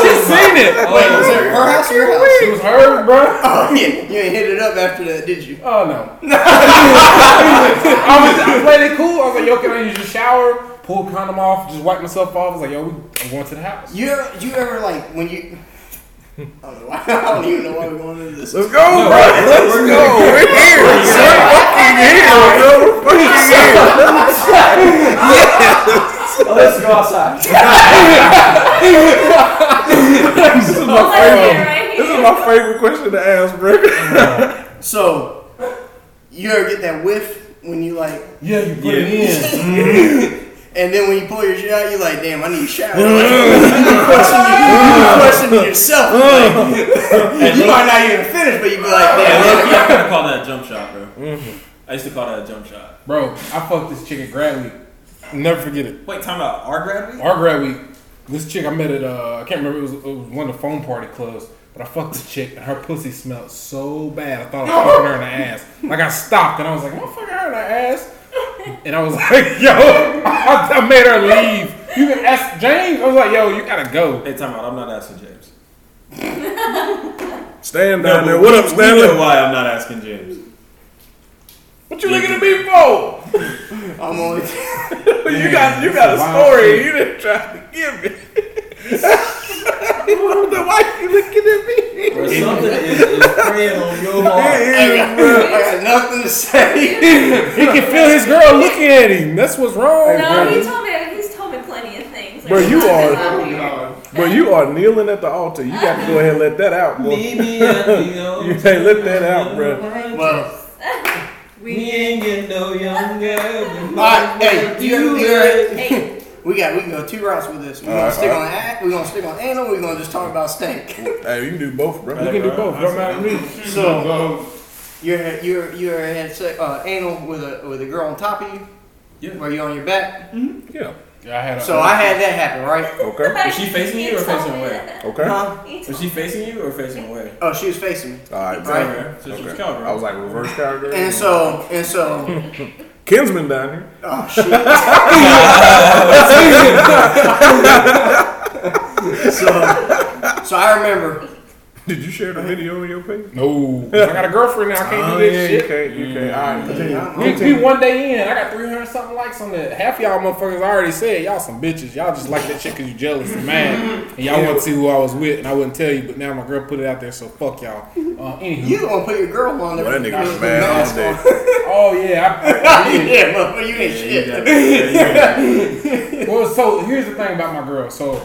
she seen it." Like, Was it her house or your house? it was hers, bro. Oh, yeah. You ain't hit it up after that, did you? Oh no. I was I played it cool. I was like, yo, can I use your shower? Pull condom off, just wipe myself off. I was like, yo, we I'm going to the house. You ever, you ever like, when you. I don't know why. I don't even know why we're going into this. Let's go, bro. Let's go. We're here. We're fucking here, bro. We're fucking here. Yes. Oh, let's go outside. This is my favorite. This is my favorite question to ask, bro. So, You ever get that whiff when you like, Yeah, you put it in. and then when you pull your shit out, you like, damn, I need a shower. you question you question yourself. Like, you might not even finish, but you be like, Yeah, damn. low-key, I kinda call that a jump shot, bro. I used to call that a jump shot. Bro, I fucked this chick at grad week. Never forget it. Wait, time out. Our grad week? Our grad week, this chick I met at, uh, I can't remember, it was, it was one of the phone party clubs, but I fucked this chick and her pussy smelled so bad. I thought I was fucking her in the ass. Like, I stopped and I was like, am I fucking her in the ass? And I was like, yo, I, I made her leave. You can ask James. I was like, yo, you gotta go. Hey, time out. I'm not asking James. Stand down No, there. but What up, we- we know Stanley? why I'm not asking James. What you looking at me for? I'm only. You got you got a Wow. story. You didn't try to give me. Then Why you looking at me? Bro, something is, is preying on your heart. I got, I got nothing to say. He can feel his girl looking at him. That's what's wrong. No, he told me. He's told me plenty of things. Bro, you are. But you are kneeling at the altar. You got to go ahead and let that out, boy. Maybe, uh, you know. You can't let that out, bro. Well, We ain't getting no younger. than alright, hey, you, you, it. Hey, we got we can go two routes with this. We're gonna Alright, stick alright. on act. We're gonna stick on anal. We're gonna just talk about stink. Hey, you can do both, bro. You can do both. Don't matter to me. So you're you're you're had se- uh, anal with a with a girl on top of you. Yeah. Or you on your back. Yeah. Yeah, I had a, So I had that happen, right? Okay. Was she facing you or facing away? Okay. Huh? Was she facing you or facing away? Oh, she was facing me. All right, bro. Right. Okay, So she was Okay. cowgirl. I was like reverse cowgirl. And so and so. Kinsman down here. Oh shit. so so I remember. Did you share the video on your page? no. I got a girlfriend now. I Oh, can't do this yeah, shit. you can't. You can't. All right, continue. We, we one day in. I got 300 something likes on that. Half y'all motherfuckers I already said y'all some bitches. Y'all just like that shit because you jealous and mad. And y'all want to see who I was with and I wouldn't tell you, but now my girl put it out there, so fuck y'all. Uh, anywho. You gonna put your girl on there? Well, that with nigga was the mad all mask day. on. Oh, yeah. I, I did. yeah, motherfucker, you ain't shit. Well, so here's the thing about my girl. So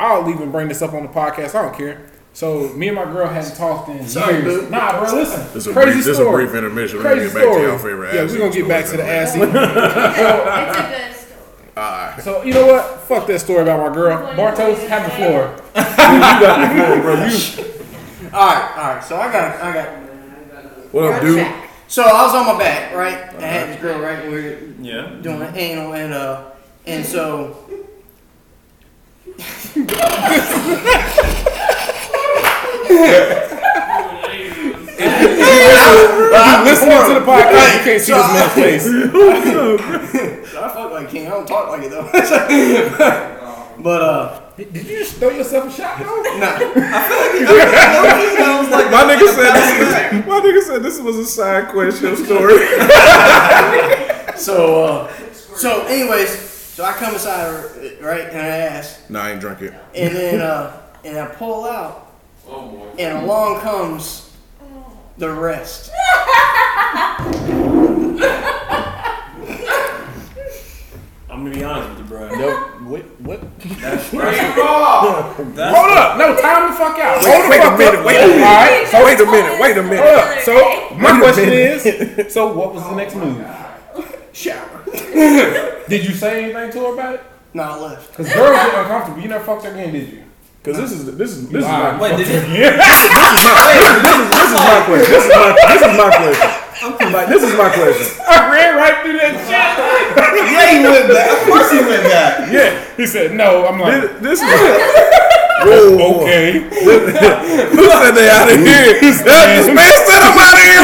I'll even bring this up on the podcast. I don't care. So me and my girl hadn't talked in Sorry, years. boo. Nah, bro, listen. This is a crazy brief, this is a story. brief intermission. We're gonna Crazy get back to story. your favorite yeah, ass. we're gonna get back to the ass. it's eating. a good story. So you know what? Fuck that story about my girl. Bartos, have the floor. All right, all right. So I got, I got. What up, dude? So I was on my back, right? I had this girl, right? We were Yeah. doing an anal, and uh, and so. Listening to the podcast, you can't see So this man's face. I fuck like King. I don't talk like it though. but uh, Did you just throw yourself a shot? though? no. My nigga said this was, my nigga said this was a side question story. So uh, so anyways, so I come inside, her, right, and I ask, nah, I ain't drunk it. and then uh, and I pull out, Oh boy. and along comes the rest. I'm gonna be honest with you, bro. Wait, what? That's right. That's Hold up. No, time the fuck out. Hold the wait a fuck minute, up. wait a All minute. right. So Wait a minute. Wait a hold minute. up. So my question is, so what was the next move? Shower. Did you say anything to her about it? No, I left. Cause girls get uncomfortable. You never fucked her again, did you? Because this is this is this is Wow. my Wait, did it? this is my question. This is my this is my question. Like this is my question. I ran right through that Yeah, he went back. Of course he went back. shit. Yeah. He said no. I'm like, This, this is Whoa, whoa. okay. Who said they out of here? This man said I'm out of here.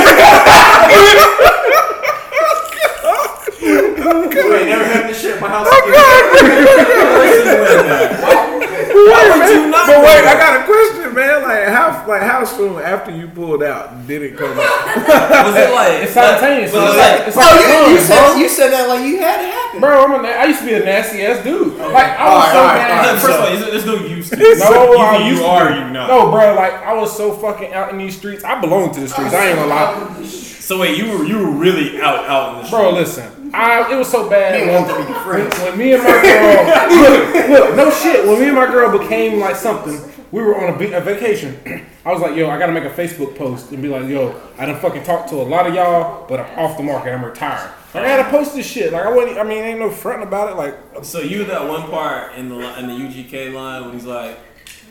Wait, never had this shit in my house. But wait, I got a question, man. Like how like how soon after you pulled out did it come out? Was it like It's simultaneous. But It's like, like, it's Bro, like Oh, you, you guns, said bro. you said that like you had it happen. Bro, I'm a na- I used to be a nasty ass dude. Like I was Oh, Alright, so alright, nasty. First of all, is it- there's no use to it. No, I Either used you to are or you not. No, bro, like I was so fucking out in these streets. I belong to the streets. I ain't gonna lie. So wait, you were you were really out out in the Bro, street. listen. I, it was so bad. Me and when- Walter be when, friends. when me and my girl, look, look, no shit. When me and my girl became like something, we were on a, be- a vacation. I was like, yo, I gotta make a Facebook post and be like, yo, I done fucking talked to a lot of y'all, but I'm off the market. I'm retired. Like, I gotta post this shit. Like, I wasn't. I mean, ain't no fronting about it. Like, So you were that one part in the li- in the UGK line when he's like,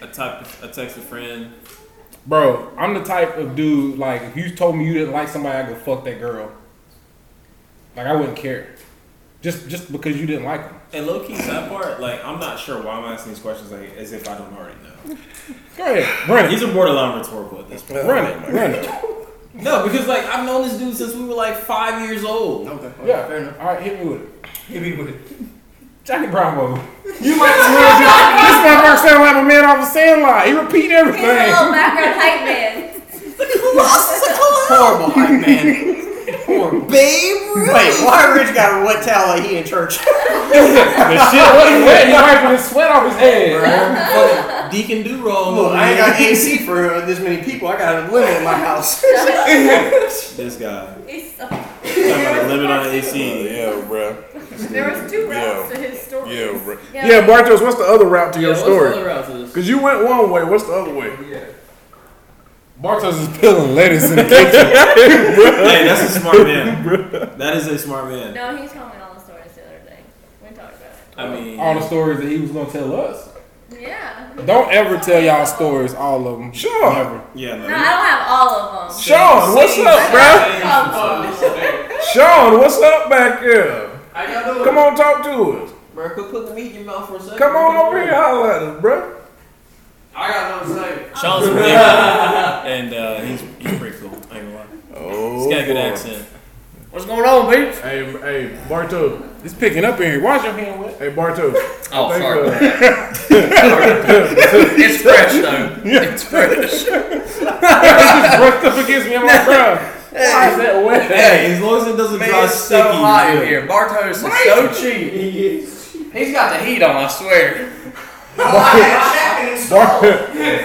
I type I text a friend. bro, I'm the type of dude. Like, if you told me you didn't like somebody, I go fuck that girl. Like, I wouldn't care. Just, just because you didn't like them. And low key that part, like I'm not sure why I'm asking these questions like as if I don't already know. Go ahead, run it, These are borderline rhetorical at this point. run it, run it. No, because like I've known this dude since we were like five years old. Okay. okay, Yeah. Fair enough. All right, hit me with it. Hit me with it. Johnny Bravo. You like the real Johnny. This is my first time like my man off the sandlot. He repeat He's a little everything. background hype man. Horrible hype man. Horrible. Babe Wait, Ruth. why Rich got a wet towel like he in church? The shit wasn't wet. He wiping his sweat off his head. Deacon do roll. Look, I ain't got AC for this many people. I got a limit in my house. this guy. He's so- Talking about a limit on AC. Yeah, bro. There was two routes Yeah. to his story. Yeah, bro. Yeah. Yeah, Bartos, what's the other route to your story? Story. Because you went one way. What's the other way? Bartos is peeling lettuce in the kitchen. Hey, that's a smart man. That is a smart man. No, he told me all the stories the other day. We talked about I mean, All the stories that he was gonna tell us. it. Yeah. Don't ever tell y'all stories, all of them. Sure. Never. yeah, No, I no. don't have all of them. Sean, what's up, bro? Oh, Sean, what's up back here? How y'all doing? Come on, talk to us. Bro, quit put the meat in your mouth for a second. Come on over here, holler at us, bro. I got no say. Sean's a big guy, and uh, he's he's pretty cool. I ain't gonna lie. Oh, He's got a good boy. accent. What's going on, bitch? Hey, hey, Bartos. It's picking up in here. Wash your hand wet. Hey, Bartos. Oh, Thank sorry. you. It's fresh though. It's fresh. Just brushed up against me. I'm like, bro. Why is that wet? Hey, as long as it doesn't Man, draw it's sticky. so hot in you here. Bartos is so cheap. He is. He's got the heat on, I swear.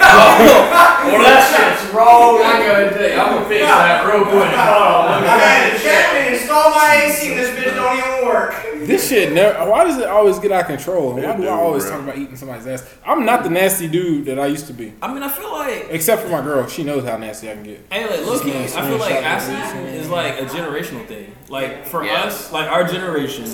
Well, that shit's wrong. I'm gonna tell you. I'm gonna fix that real quick. install my AC and this bitch don't even work. This shit never. Why does it always get out of control? And why do I do, always bro. talk about eating somebody's ass? I'm not the nasty dude that I used to be. I mean, I feel like, Except for my girl, she knows how nasty I can get. hey, like, look, man I is feel like screenshotting acid everything. is like a generational thing. Like for Yeah. us, like our generation,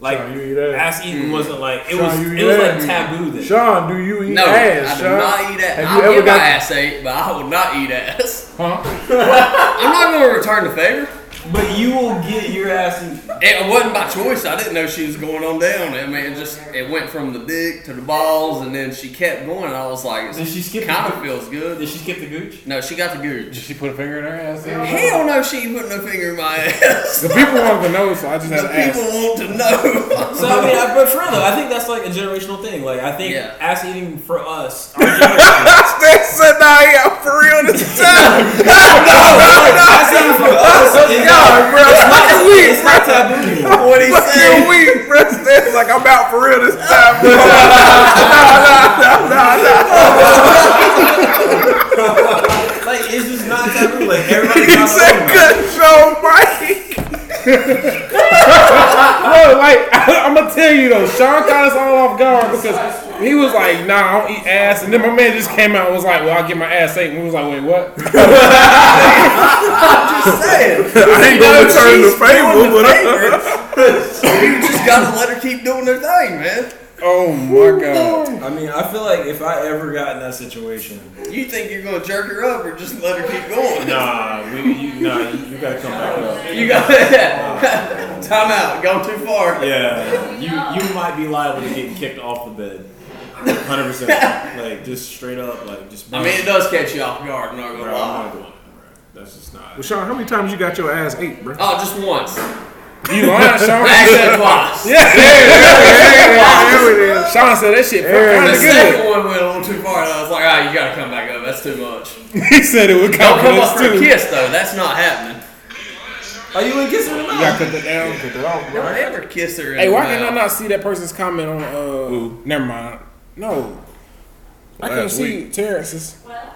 like Sean, you eat ass. ass eating wasn't like it Sean, was. you It eat was ass. like taboo then. Sean, do you eat No, ass, I do Sean? not eat ass. Have I'll you ever get got- my ass ate, but I will not eat ass. Huh? I'm not gonna return the favor. But you will get your ass. eaten. It wasn't by choice. I didn't know she was going on down. I mean, it just it went from the dick to the balls, and then she kept going. I was like, Did it she skip? kind The, of feels did good. she skip the gooch? No, she got the Did gooch. she put a finger in her ass? Hell no, she ain't putting a finger in my ass. The people wanted to know, so I just had The to ask. people want to know. So I mean, I, but for real though, I think that's like a generational thing. Like I think Yeah. ass eating for us. Our generation, They said, nah, yeah, for real this time. ass eating for us is not. Nah, bro, that's weak, It's not taboo anymore. what he Fucking said. weak, bro. That's like, I'm out for real this time, bro. Like it's just not taboo. Like everybody's He not said, talking about. it. cut show, Mike. No, like I, am gonna tell you though, Sean caught us all off guard because he was like, "Nah, I don't eat ass," and then my man just came out and was like, "Well, I'll get my ass ate," and we was like, "Wait, what?" I ain't gonna return the favor, but You just gotta let her keep doing her thing, man. Oh my god! I mean, I feel like if I ever got in that situation, You think you're gonna jerk her up or just let her keep going? nah, we, you, nah, you, you gotta come back up. You got that. Time out. Gone too far. Yeah, you you might be liable to get kicked off the bed, hundred percent. Like just straight up, like just. I mean, it does catch you off guard. I'm not Bro, gonna I'm lie. not doing it, bro. That's just not. Well, Sean, how many times you got your ass ate, bro? Oh, just once. You lying, Sean? Actually, twice. Yeah, There it is. Sean said that shit Yeah. kind The of good. second one went a little too far, and I was like, "Ah, you gotta come back up. That's too much." He said it with Don't come up confidence for too. a kiss, though. That's not happening. Are you in kissing or You not? gotta cut that down. Get that off, bro. Don't ever kiss her. In Hey, the why can I mouth. not see that person's comment on? Uh, never mind. No, I can't Last see Terrence's Well, I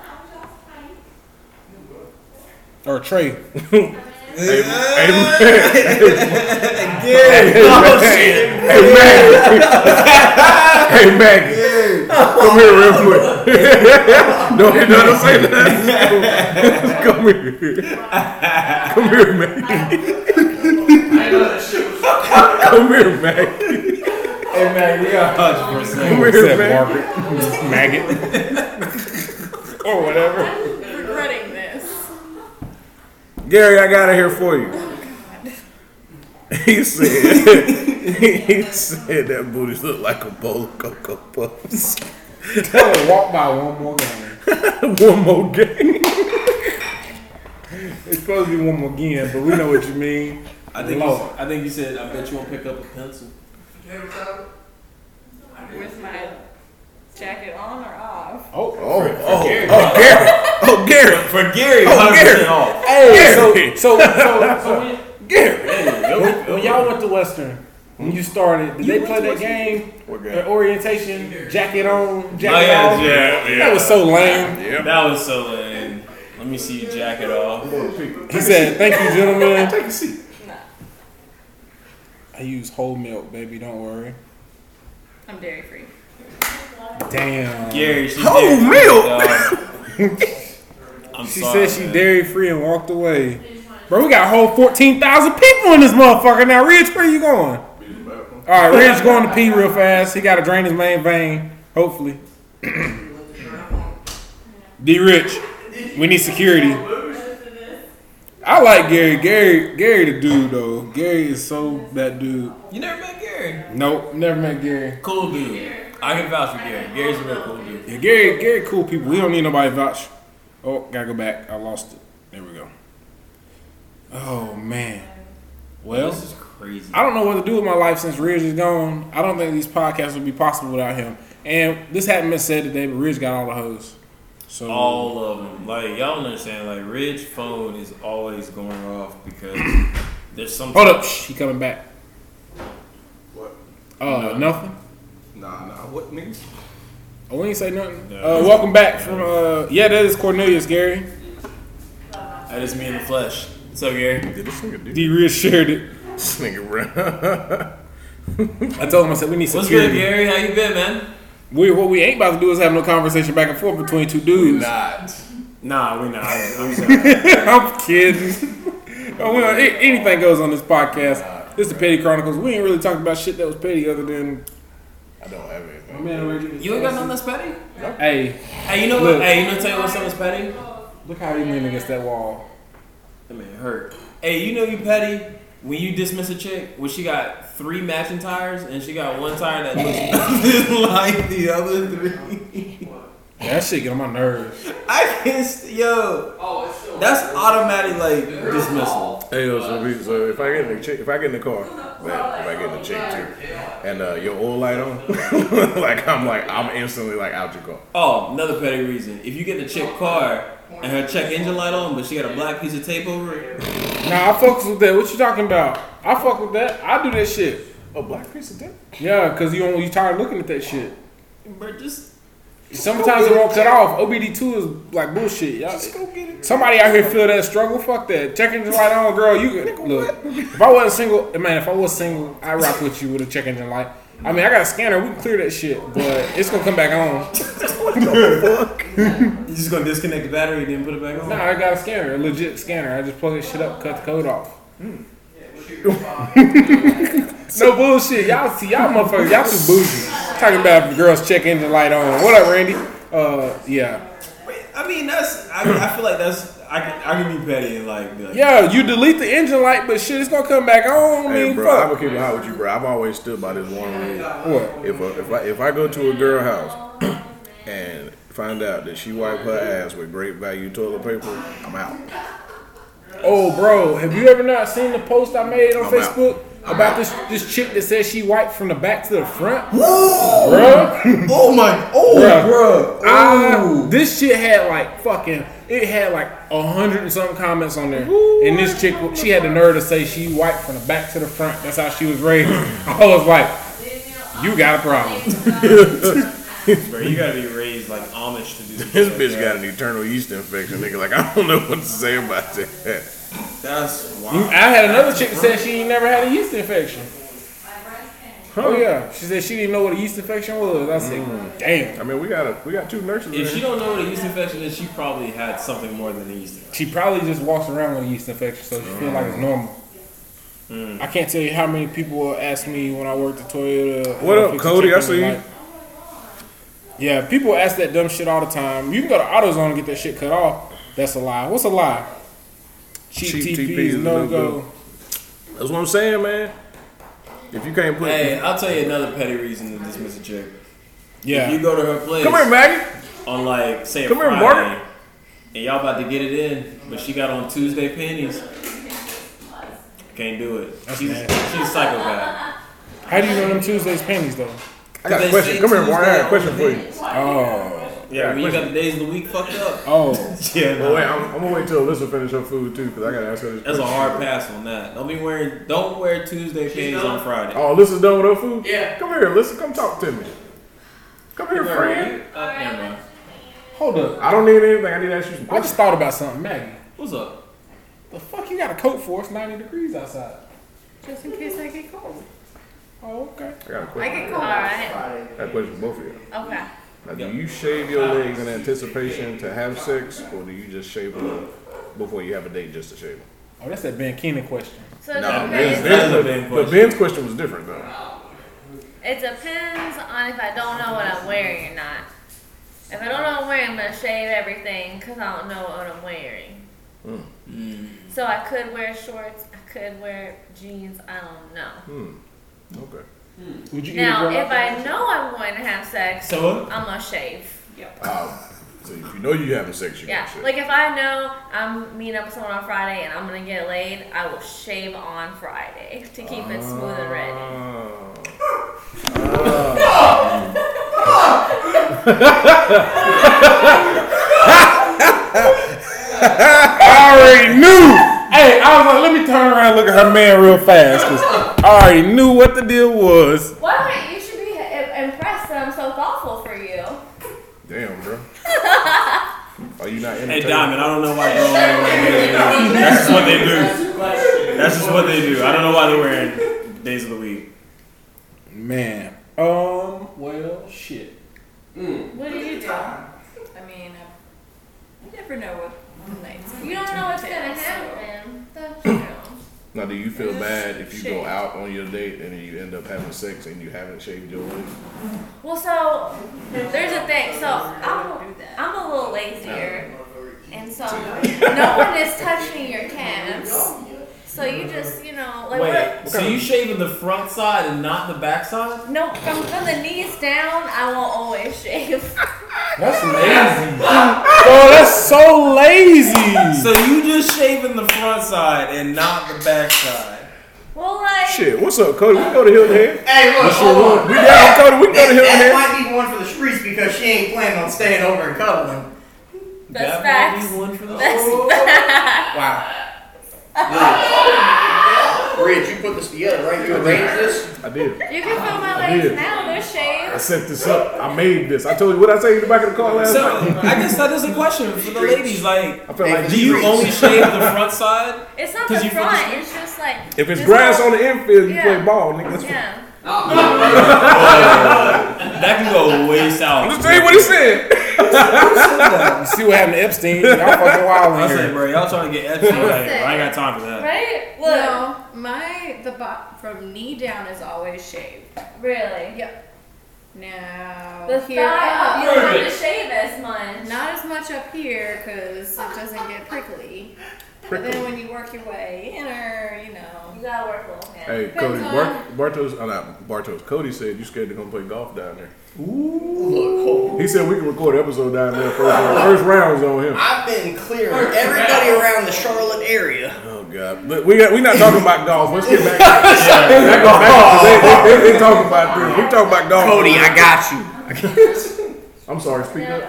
was off or Trey. fine. Hey, hey, man. Yeah. Oh, shit. Hey, Maggie. hey, Maggie. Come here real quick. no, he doesn't say that. Come here. Come here, Maggie. Come here, Maggie. Hey man, we got hush for a Come second. here, Maggie. Margaret. Maggot. or whatever. Regretting this. Gary, I got it here for you. He said, he said that booty looked like a bowl of Cocoa Puffs. Tell her walk by one more game. One more game. It's supposed to be one more game, but we know what you mean. I think you, Lord. I think you said I bet you won't pick up a pencil. With my jacket on or off. Oh, Oh, oh, Gary. oh, Gary. Oh, Gary. For Gary, Oh, 100% Gary. off. Oh, Hey, so Gary. so so, so when, Gary. when, when y'all went to Western, when you started, did they play that game? What The orientation, jacket on, jacket Oh, yeah, off. yeah, That was so lame. Yep. That was so lame. Let me see your jacket off. He said, "Thank you, gentlemen." Take a seat. I use whole milk, baby. Don't worry. I'm dairy free. Damn. Gary, she Oh, dairy free, real? dog. I'm She sorry. said she man. dairy free and walked away. Bro, we got a whole 14,000 people in this motherfucker now. Rich, where you going? All right, Rich going to pee real fast. He got to drain his main vein, hopefully. D Rich, we need security. I like Gary. Gary, Gary the dude though. Gary is so that dude. You never met Gary. Nope, never met Gary. Cool dude. I can vouch for Gary. Gary's a real cool dude. Yeah, Gary, Gary, cool people. We don't need nobody to vouch. Oh, gotta go back. I lost it. There we go. Oh man. Well, This is crazy. I don't know what to do with my life since Ridge is gone. I don't think these podcasts would be possible without him. And this hadn't been said today, but Ridge got all the hoes. So All of them. Like y'all don't understand. Like Ridge phone is always going off because there's some. hold up, Shh, he coming back. What? Uh, nothing. Nah, nah. What nigga? Oh, we ain't say nothing. No. Uh, welcome back from uh, yeah, that is Cornelius Gary. That is me in the flesh. What's up, Gary? Did this nigga do D Ridge shared it. this nigga ran? I told him I said we need What's security. good, Gary? How you been, man? We what we ain't about to do is have no conversation back and forth between two dudes. Not. Nah, we not. I'm sorry. I'm kidding. Oh, well, a- anything goes on this podcast. This is the Petty Chronicles. We ain't really talking about shit that was petty other than I don't have anything. man. You ain't got nothing that's petty. Hey, Hey, you know what? Look. Hey, you know tell you what's something's petty? look how he leaned against that wall. That man hurt. Hey, you know you petty when you dismiss a chick when she got three matching tires and she got one tire that looks like the other three. That shit get on my nerves. I can't. St- yo. That's automatic like dismissal. Hey, yo, so, we, so if I get in the chick, if I get in the car, man, if I get in the chick too, and uh, your oil light on, like I'm like I'm instantly like out your car. Oh, another petty reason. If you get in a chick car and her check engine light on, but she got a black piece of tape over it. Nah, I fucks with that. What you talking about? I fuck with that. I do that shit. A Oh, black piece of tape. Yeah, cause you don't- you tired of looking at that shit. Bro, just Sometimes it won't cut off. OBD2 is like bullshit. Y'all, somebody out here feel that struggle. Fuck that. Check engine light on, girl. You can look. If I wasn't single, man. If I was single, I would rock with you with a check engine light. I mean, I got a scanner. We can clear that shit, but it's gonna come back on. you just gonna disconnect the battery and then put it back on. Nah, I got a scanner, a legit scanner. I just plug this shit up, cut the code off. no bullshit. Y'all see, y'all motherfuckers, y'all too bougie. Talking about the girls check engine light on. What up, Randy? Uh, yeah. I mean, that's. I, I feel like that's. I can, I can be petty and like. Be like Yeah, you delete the engine light, but shit, it's gonna come back on. I Hey, mean, bro, I'm fuck. gonna keep it hot with you, bro. I've always stood by this one rule. What? If a, if I if I go to a girl house and find out that she wiped her ass with great value toilet paper, I'm out. Oh, bro, have you ever not seen the post I made on I'm out. Facebook about this this chick that says she wiped from the back to the front? Bro, Oh my. Oh, Bruh. bro. I, this shit had like fucking it had like a hundred and something comments on there, and this chick she had the nerve to say she wiped from the back to the front. That's how she was raised. I was like, you got a problem. Bro, you gotta be raised like Amish to do This shit like bitch that. got an eternal yeast infection, nigga. Like I don't know what to say about that. That's You, wild. I had another chick that said she ain't never had a yeast infection. Oh yeah, she said she didn't know what a yeast infection was. I said, damn. I mean, we got a, we got two nurses. in If she here. don't know what a yeast infection is, she probably had something more than a yeast infection. She probably just walks around with a yeast infection, so she feel like it's normal. I can't tell you how many people ask me when I worked at Toyota. What uh, up, fixing Cody? I chickens, see you. like- yeah, people ask that dumb shit all the time. You can go to AutoZone and get that shit cut off. That's a lie. What's a lie? Cheap, Cheap TP TP is no no-go. go. That's what I'm saying, man. If you can't put, Hey, I'll tell you another petty reason to dismiss a chick. If you Yeah. go to her place come here, Maggie. on like say a Come here, Friday, Margaret. and y'all about to get it in, but she got on Tuesday panties. Can't do it. She's, she's bad. a psychopath. How do you know them Tuesdays panties though? I got a They question. say Come here, Mark. I got Tuesday a question for you. Oh. Yeah, when you got the days of the week fucked up. Oh. Well, Yeah, no. wait, I'm, I'm gonna wait till Alyssa finish her food too, because I gotta ask her this. That's a question. hard pass on that. Don't be wearing. Don't wear Tuesday panties done. on Friday. Oh, Alyssa's done with her food. Yeah. Come here, Alyssa. Come talk to me. Come here, Where are friend. you? Uh, never mind. Hold up. I don't need anything. I need to ask you some I just questions. thought about something, Maggie. What's up? The fuck you got a coat for? It's 90 degrees outside. Just in case I get cold. Oh, okay. I got a I question. get cold. Alright. I got a question for both of you. Okay. Now, do you shave your legs in anticipation to have sex, or do you just shave them up before you have a date just to shave them? Oh, that's that Ben Keenan question. So it Nah, depends. Ben's- That is a Ben's- Ben But question. Ben's question was different though. It depends on if I don't know what I'm wearing or not. If I don't know what I'm wearing, I'm gonna shave everything because I don't know what I'm wearing. So I could wear shorts. I could wear jeans. I don't know. Okay. Would you eat a Now, girl out if there? I know I'm going to have sex, So? I'm gonna shave. Um, so if you know you having sex, you Yeah, can shave. like if I know I'm meeting up with someone on Friday and I'm gonna get laid, I will shave on Friday to keep it smooth and ready. Oh. I already knew. hey, I was like, let me turn around and look at her man real fast. 'cause I already knew what the deal was. Why? You should be impressed that I'm so thoughtful for you. Damn, bro. Are you not Hey entertained? Diamond, I don't know why girls are wearing. That's just what they do. That's just what they do. I don't know why they're wearing days of the week. Man. Um, well, shit. What do you do? I mean, I, uh, you never know what one night's You don't know what's gonna happen. That's true. Now, do you Mm-hmm. feel bad if you go Shave. out on your date and you end up having sex and you haven't shaved your legs? Well, so there's a thing. So I'm I'm a little lazier, and so no one is touching your calves. So you just you know like Wait, so you shaving the front side and not the back side? what? No, from, from the knees down, I will always shave. That's lazy. oh, that's so lazy. So you just shaving the front side and not the back side? Well, like Shit, what's up, Cody? We can go to Hilton Head. Hey, look, hold on. We down, Cody. We can go to Hilton That Head. might be one for the streets because she ain't planning on staying over and cuddling. That's that might facts. be one for the That's Wow. Ridge, you put this together, right? You arranged this. I did. you can feel my legs did. now; they're I shaved. set this up. I made this. I told you what I say in the back of the car last So night. I guess that is a question for the ladies. Like, I felt like do you only shave the front side? It's not 'Cause the you feel the front; it's just like if it's just grass all- on the infield, you Yeah. play ball, nigga. That's fine. Yeah. That can go way south. Just tell you what he said. you see what happened to Epstein? Y'all fucking I wild in say, here. bro, y'all trying to get edgy. Like, I ain't got time for that. Right? Look. No, my the bot from knee down is always shaved. Really. Yep. Now The here thigh up. You up, don't have to shave as much. not as much up here because it doesn't get prickly. But then when you work your way inner, you know. You gotta work a little, man. Hey, Cody, Bart, Bartos, oh, not Bartos. Cody said you scared to go play golf down there. Look, hold on. He said we can record an episode down there first. uh, First rounds on him. I've been clearing everybody around the Charlotte area. Oh God, Look, we got, we not talking about golf. Let's get back. Back on- back on- they, they, they talking about this. We talking about golf. Cody, I got you. I'm sorry. Speak up.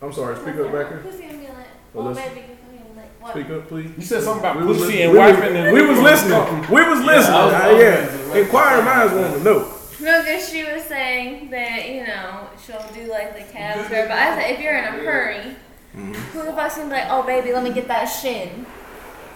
I'm sorry. Speak up, back here. Who's gonna be like, Well, oh, listen. baby, you're gonna be like, what? Speak up, please. You said something about We was listening. pussy and We was- wiping and We was listening. We was listening. Uh, Yeah. Inquiring minds want to know. No, because she was saying that, you know, she'll do like the calves there. But Mm-hmm. I said, if you're in a hurry, who the fuck's gonna be like, oh, baby, let me get that shin?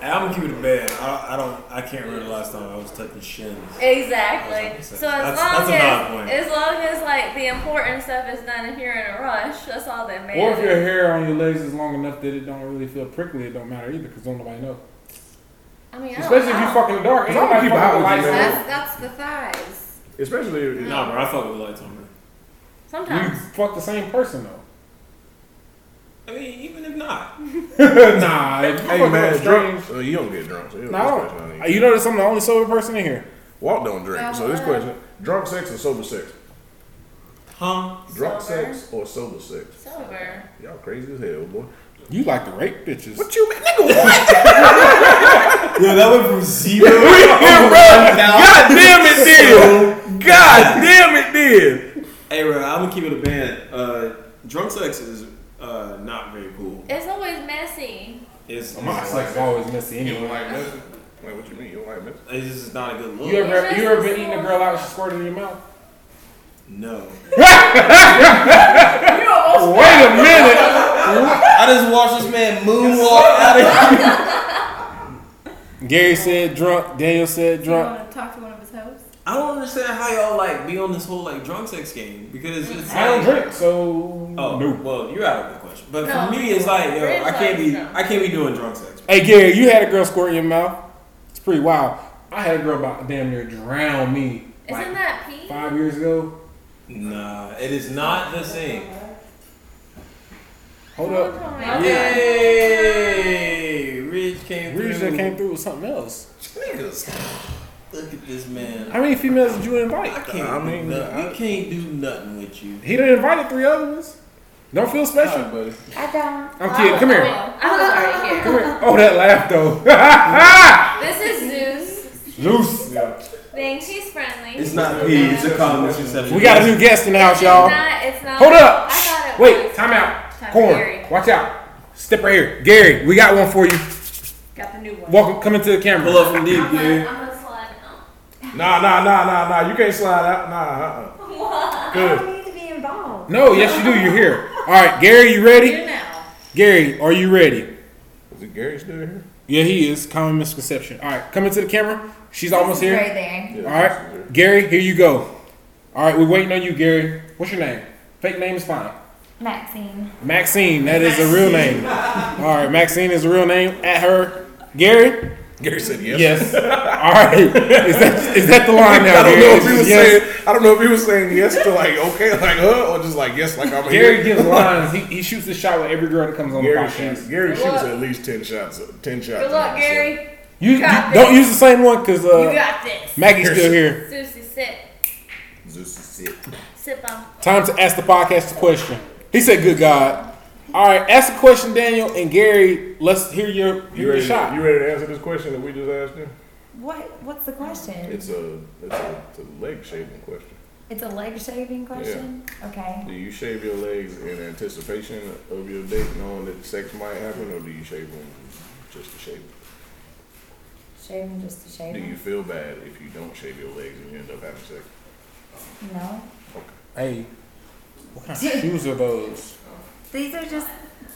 I'm gonna keep it a band. I, I don't. I can't remember the last time I was touching shins. Exactly. So as That's- long that's a non as point. as long as like the important stuff is done, if you're in a rush, that's all that matters. Or if your hair on your legs is long enough that it don't really feel prickly, it don't matter either because don't nobody know. I mean, I don't Especially if you know. fucking dark. I'm Ain't gonna nobody keep it fucking out with lights you, man. on. That's, that's the thighs. Especially if, Nah, bro. I fuck with lights on, man. You Sometimes. fuck the same person though. I mean, even if not, nah, if you Hey fuck man, with a drunk. strange- Uh, you don't get drunk, so you don't this question I No, need. you notice I'm the only sober person in here. Walt don't drink, so this question: drunk sex or Uh-huh. sober sex? huh? Drunk Sober. sex or sober sex? Sober. Y'all crazy as hell, boy. You like to rape bitches. What you mean, nigga? What? Yeah, that went from zero. God damn it, did. God damn it, did. hey, bro. I'm gonna keep it a band. Uh, drunk sex is uh, not very cool. It's always messy. It's My it's- sex is always messy anyway. Wait, what you mean? You don't like me? It's just not a good look. You ever you ever been eating a girl out and she squirted in your mouth? no. Oh, Wait a minute. I just watched this man moonwalk out of here. Gary said drunk. Daniel said You drunk. want to talk to one of his hosts? I don't understand how y'all like be on this whole like drunk sex game because it's I Mm. don't like- drink, so Oh no. well, you're out of the question. But No. for me, it's like yo, Red I can't be flags, no. I can't be doing drunk sex. Hey Gary, you had a girl squirt in your mouth. It's pretty wild. I had a girl about damn near drown me like Isn't that pee? five years ago. Nah, it is not the same. Hold Someone up. told me. Yay! Rich came Reason through. that came through with something else. Niggas, look at this man. How many females did you I invite? can't. I do mean, nothing. I- we can't do nothing with you. He done invited three other ones. Don't feel special. buddy. I don't. I'm kidding. Come here. I was right Come Oh, here. here. Oh, that laugh though. This is Zeus. Loose. Thanks. She's friendly. It's not me. It's a common conception. We got a new guest in the house, It's y'all. not- it's not- Hold I up. thought it Wait, was. time out. Time Corn, Gary. watch out. Step right here. Gary, we got one for you. Got the new one. Welcome, come into the Pull camera. up from deep, I'm gonna, dude. I'm gonna slide now. Nah, nah, nah, nah, nah. You can't slide out. Nah, uh-uh. Good. need to be involved. No, yes you do, you're here. All right, Gary, you ready? You now. Gary, are you ready? Is it Gary still here? Yeah, he is. Common misconception. All right, come into the camera. She's almost here. there. All right, Gary, here you go. All right, we're waiting on you, Gary. What's your name? Fake name is fine. Maxine. Maxine, that is a real name. All right, Maxine is a real name. At her, Gary. Gary said yes. Yes. All right. Is that is that the line now? I don't Gary? know Is if he it was yes? saying. I don't know if he was saying yes to like okay, like huh, or just like yes, like I'm Gary here. gives lines. He, he shoots the shot with every girl that comes on the Gary podcast. shoots. Gary Good shoots luck. at least ten shots. Ten shots. Good luck, Gary. You, you got don't this. use the same one because you uh, got this. Maggie's still here. Susie, sit. This is it. Sit on. Time to ask the podcast a question. He said, "Good God." All right, ask the question, Daniel and Gary. Let's hear your You hear your ready? shot. You ready to answer this question that we just asked you? What? What's the question? It's a it's a, it's a leg shaving question. It's a leg shaving question. Okay. Do you shave your legs in anticipation of your date, knowing that sex might happen, or do you shave them just to shave? them? Shaving just to shave. Do you them? feel bad if you don't shave your legs and you end up having sex? No. Hey, what kind of shoes are those? These are just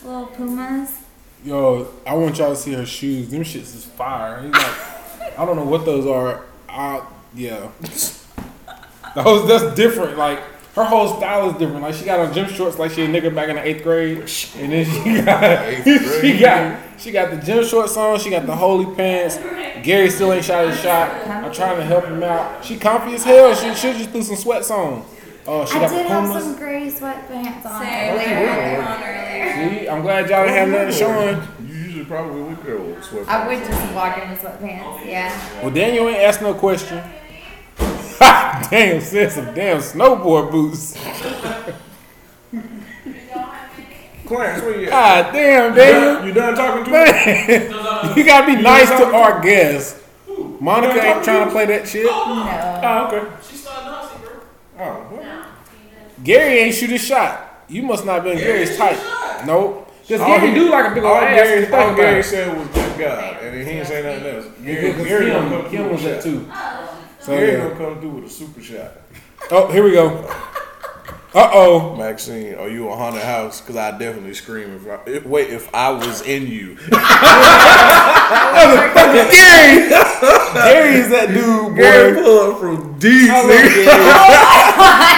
little pumas. Yo, I want y'all to see her shoes. Them shits is fire. He's like, I don't know what those are. I, yeah. Those that's different. Like her whole style is different. Like she got on gym shorts like she a nigga back in the eighth grade. And then she got she got she got the gym shorts on, she got the holy pants. Gary still ain't shot his shot. I'm trying to help him out. She comfy as hell. She she just threw some sweats on. Oh, she I got the did have Pumas. some gray sweatpants on. Same. earlier. See, I'm glad y'all didn't have nothing showing. You usually probably would wear old sweatpants. I would just walk in with sweatpants. Yeah. Well, Daniel ain't asked no question. damn, said some damn snowboard boots. Clarence, where you at? God damn, You Daniel. done- you done talking to me? Man, you gotta be nice to our guests. Monica ain't trying to play that shit. No. Oh, okay. She started Nazi, bro. Oh, what? Gary ain't shoot his shot. You must not been Gary's type. Nope. Just All Gary he- do like a big old All ass. Gary, Think all about Gary it. said was good God, and then he ain't say nothing else. Gary, Because Gary gonna come Kim, through Kim was with that a shot. too. So Gary yeah. gonna come through with a super shot. Oh, here we go. Uh oh. Maxine, are you a haunted house? Because I definitely scream if I if- wait if I was in you. Motherfucking Gary! Gary is that dude, Gary boy. pull up from deep, I love nigga. Gary.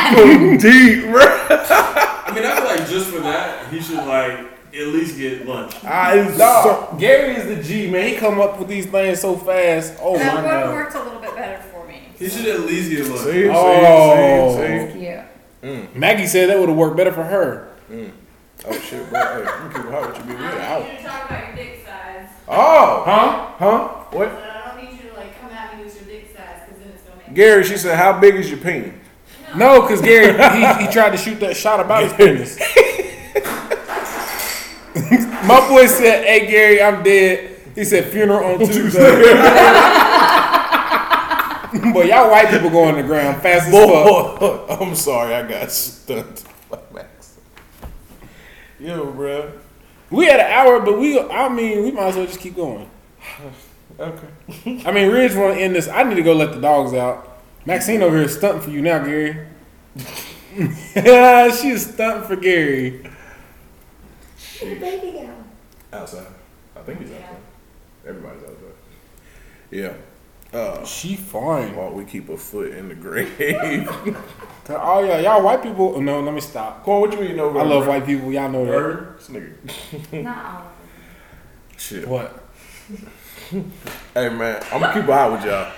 From deep, bro. I mean, I feel like just for that, he should like at least get lunch. I was so- Dog, Gary is the G man. He come up with these things so fast. Oh my That one god. worked a little bit better for me. He should at least get lunch. See, Oh. see, see, see. Cute. Maggie said that would have worked better for her. Oh shit, bro. Hey, I'm gonna keep it hot with you, baby. Yeah, I out. need you to talk about your dick size, Oh, Huh? Huh? but what? I don't need you to like come at me with your dick size because then it's gonna make. Gary, she said, "How big is your penis?" No, because Gary he, he tried to shoot that shot about his penis. my boy said, "Hey Gary, I'm dead." He said, "Funeral on Tuesday." Boy, y'all white people go on the ground fast as fuck. Boy, I'm sorry, I got stunned by Max. Yo, bro. We at an hour, but we I mean we might as well just keep going. Okay. I mean, Ridge want to end this. I need to go let the dogs out. Maxine over here is stunting for you now, Gary. She's stunting for Gary. Baby girl. Outside. I think he's outside. Everybody's outside. Yeah. Uh, She fine. while we keep a foot in the grave. To all y'all, y'all white people. oh, No, let me stop. Corn, what you eating over I there, love bro? white people. Y'all know that. Bird? This nigga. Not all of them. Shit. What? Hey man, I'm gonna keep it hot with y'all.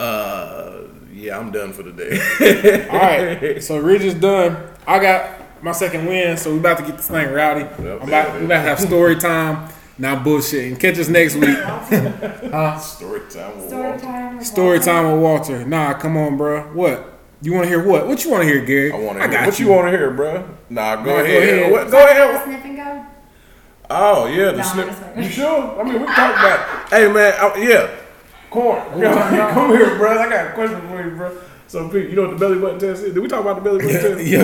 Uh, yeah, I'm done for the day. All right. So Ridge is done. I got my second win. So we about to get this thing rowdy. I'm about, we about to have story time. Now bullshitting. Catch us next week. Story time. with Story Walter. time. with Story Walter. time with Walter. Nah, come on, bruh. What? You want to hear what? What you want to hear, Gary? I want to I hear got what you, want to hear, bro. Nah, go Nah, go ahead. ahead. What- Go ahead. The Sniff and go. Oh yeah, the Nah, slip. that's right. You sure? I mean, we talked about. Hey man, I, yeah. Corn, come here, bro. I got a question for you, bro. So, Pete, you know what the belly button test is? Did we talk about the belly button test? Yeah.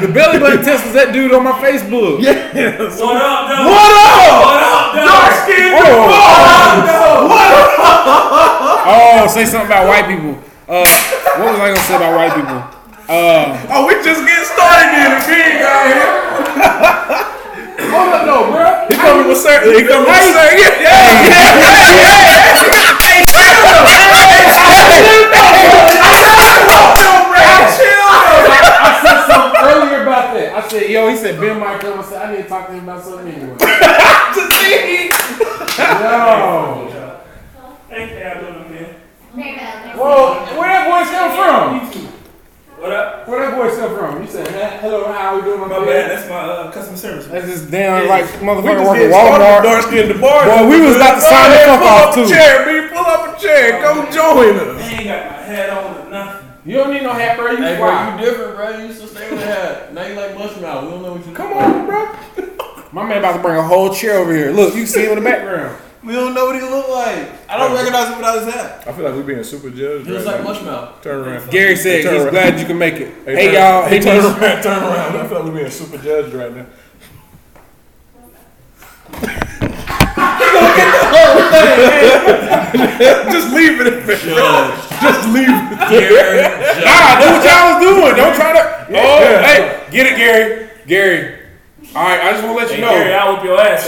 the belly button test was that dude on my Facebook. Yeah. What up, though? What up? up, though? Oh, say something about white people. Uh, what was I gonna say about white people? Oh, we just getting started in the big out here. Hold up, though, bro. He coming with sir. He coming with sir. Yeah, yeah, yeah, I said something earlier about that. I said, yo, he said Ben might come. I said I need to talk to him about something anyway. yo. Thank you, I love you, man. Well, where that voice come from? What up? Where that voice come from? You said, "Hey, hello, how are we doing, my, My man?" bad. That's my uh, customer service. That's just damn like We motherfucker just working getting started. Walmart. Dark skin the bar. Boy, we was about to sign the fuck off, Pull up too. a chair, B. Pull up a chair. Go join I us. ain't got my hat on or nothing. You don't need no hat, bro. You Hey, hey, bro, you different, bro. You used to stay with that. Now you like mushmouth. We don't know what you Come on, bro. My man about to bring a whole chair over here. Look, you can see him in the background. We don't know what he look like. I don't recognize him without his hat. I feel like we being super judged. He looks right like now. mushmouth. Turn around. Gary said Turn he's around. glad you can make it. Hey, turn- y'all, hey, turn needs- around, turn around. I feel like we're being super judged right now. Just leave it at that. Just leave it. Nah, do what y'all was doing. Don't try to. Oh, hey, get it, Gary. Gary. All right, I just want to let you know. Gary, I'll whip your ass.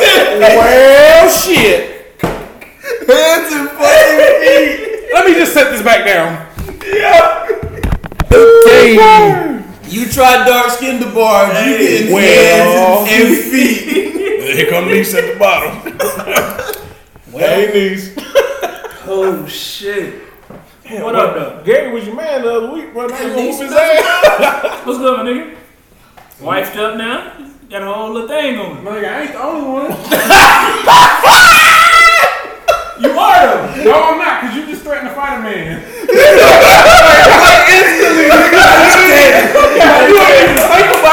Well, shit. Let me just set this back down. Yeah. You tried dark skin to bar. You didn't well. hands and feet. Here come Niece at the bottom. hey, Niece. Oh shit. What up, though? Gary was your man the other week, bro. Now you gonna whoop Niece, his ass. What's good, my nigga? Wifed up now. Got a whole little thing on. Nigga, I ain't the only one. You are though. No, I'm not, because you just threatened to fight a man.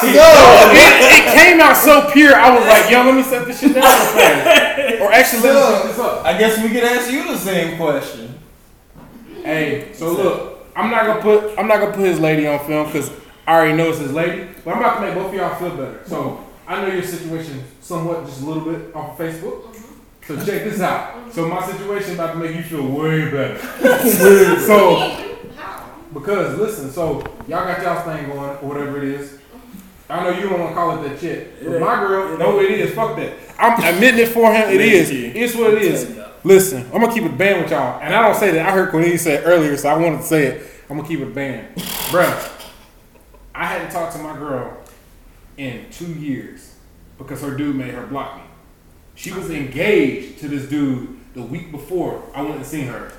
It, it came out so pure, I was like, yo, let me set this shit down for fast. Or actually, let me set this up. I guess we could ask you the same question. Hey, so look, I'm not gonna put I'm not gonna put his lady on film because I already know it's his lady, but I'm about to make both of y'all feel better. So I know your situation somewhat, just a little bit off of Facebook. So check this out. So my situation about to make you feel way better. so because listen, so y'all got y'all thing going, or whatever it is. I know you don't want to call it that shit, but my girl, no, it is. Fuck that. I'm admitting it for him. It is. It's what it is. Listen, I'm gonna keep it banned with y'all, and I don't say that. I heard Cornelia say it earlier, so I wanted to say it. I'm gonna keep it banned, bruh. I hadn't talked to my girl in two years because her dude made her block me. She was engaged to this dude the week before I went and seen her.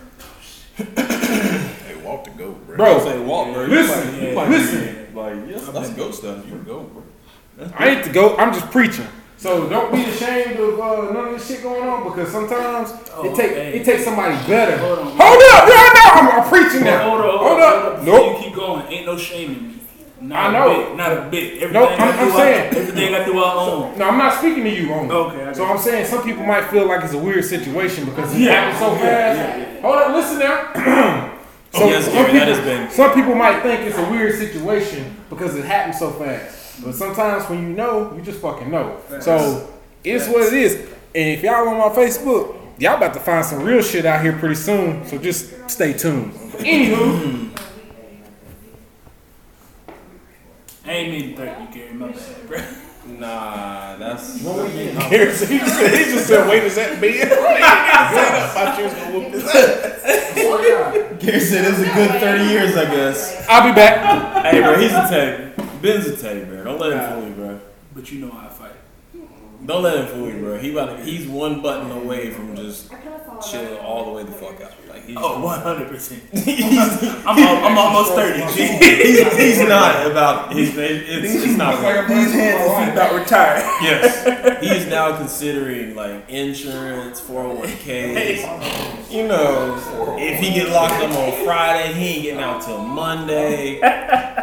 Hey, walk the goat, bro. Bro, Say walk, bro. Listen, you like, listen. Like, yeah, that's ghost stuff. You can go, bro. I ain't to go. I'm just preaching. So don't be ashamed of uh, none of this shit going on because sometimes Oh, it take it takes somebody better. Hold, up, yeah, I know. I'm, I'm preaching now. Hold up, hold up. Nope. Nope. You keep going. Ain't no shame in me. I Not know. A bit, not a bit. Everything Nope, I'm- I do, I'm I- saying. everything I do, I own. No, I'm not speaking to you on it. Okay, I got So I'm saying some people might feel like it's a weird situation because it Yeah, happened so yeah, fast. yeah, Hold up, listen now. Oh, yes, some, Gary, people, that has been- some people might think it's a weird situation because it happened so fast. But sometimes when you know, you just fucking know. So it's what it is. And if y'all on my Facebook, y'all about to find some real shit out here pretty soon. So just stay tuned. Anywho, I ain't mean to hurt you, Gary. My bad, bro. Nah, that's. here's, he, just said, he just said, wait, is that me? Gary said it was a good 30 years, I guess. I'll be back. Hey, bro, he's a teddy. Ben's a teddy bear. Don't let him fool you, bro. But you know how I fight. Don't let him fool you, bro. He about to, he's one button away from just chilling all the way the fuck out. Like he's, Oh, 100%. he's, I'm, al- I'm almost 30. G. he's, he's not about. He's, it's, it's not. Right. These hands About retired. Yes, he is now considering like insurance, four hundred one k. You know, if he get locked up on Friday, he ain't getting out till Monday.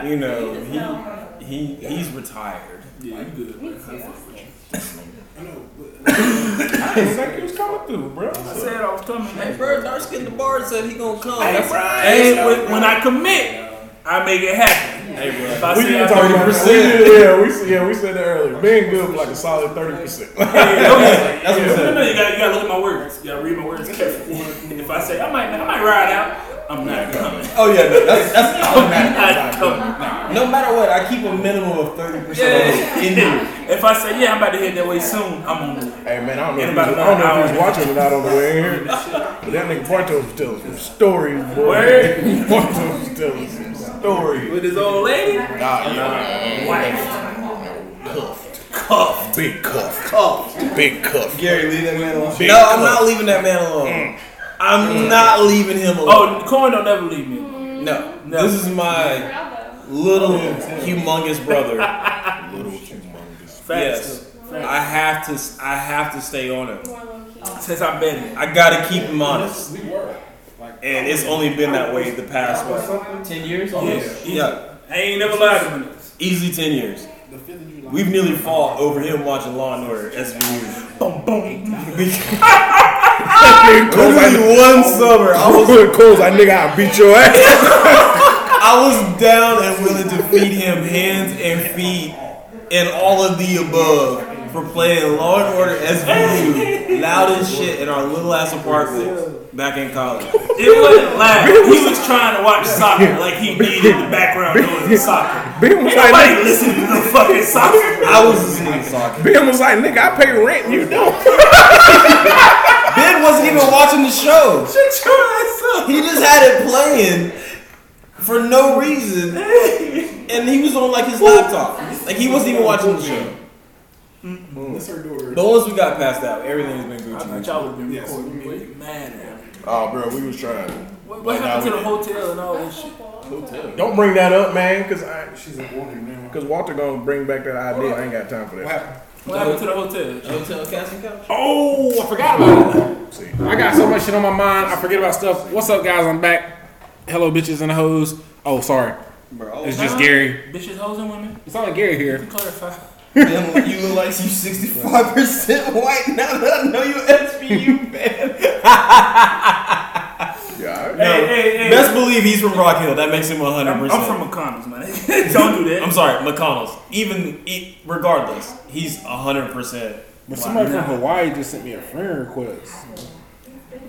You know, he he he's retired. Yeah, you good. bro. I fuck with you. he was coming through, bro. I said I was coming. Hey, man. bro, dark skin the bar said he gonna come. Hey, That's- hey, when, when I commit, I make it happen. Hey, bro. If I We say didn't I talk about that. We 30%. did- Yeah, we said- yeah, we said that earlier. Being good for like a solid thirty percent. That's what I'm saying. No, no, you gotta, you gotta look at my words. You gotta read my words carefully. if I say I might, I might ride out, I'm not coming. Oh yeah, no, that's that's I'm not automatic. coming. No matter what, I keep a minimum of thirty percent in me. If I say yeah, I'm about to head that way soon, I'm on the way. Hey man, I don't know In if about he's, I don't another know if he's hour. watching or not on the way in here, but that nigga Porto was telling some stories, boy. Word. Porto was telling some stories. With his old lady, Nah, yeah. Cuffed. Cuffed. Big cuffed. Cuffed. Big cuffed. Gary, leave that man alone. Big no, I'm cuff. not leaving that man alone. I'm not leaving him Mm. alone. oh, Corn don't never leave me. no. This is my little humongous brother. Little humongous. Facts. I have to I have to stay on him. Since I've been here. I gotta keep him honest. And it's only been that way the past what ten years almost? Yeah. yeah. I ain't never lied to him. Easily 10 years. We've nearly fought over him watching Law and Order SVU. Boom, boom. Literally one summer, I was, Cole's like, nigga, I beat your ass. I was down and willing to feed him hands and feet and all of the above for playing Law and Order SVU loud as shit in our little ass apartment back in college. It wasn't loud. He was trying to watch soccer like he needed the background noise of soccer. Ben was like, Nobody nigga, listened to no fucking soccer. I was listening to soccer. Ben was like, nigga, I pay rent, you don't. Ben wasn't even watching the show. He just had it playing for no reason, and he was on like his laptop. Like he wasn't even watching the show. Mm-hmm. But once we got past that, everything's been I thought Gucci. y'all would have been recording. You made me mad at me. Oh, bro, we was trying. What, what happened to the hotel and all this shit? Don't bring that up, man, because I she's a Walter now. Because Walter gonna bring back that idea. I ain't got time for that. What happened to the hotel? Hotel Castle Couch. Oh, I forgot about it. See, I got so much shit on my mind. I forget about stuff. What's up, guys? I'm back. Hello, bitches and hoes. Oh, sorry. Bro, It's just Gary. Bitches, hoes, and women. It's only Gary here. Clarify. Ben, you look like you 65% white now that I know you SVU man. yeah, I, Hey, No, hey, hey. Best believe he's from Rock Hill. That makes him 100%. I'm, I'm from McConnell's, man. Don't do that. I'm sorry, McConnell's. Even e- regardless, he's hundred percent But Why somebody not? from Hawaii just sent me a friend request.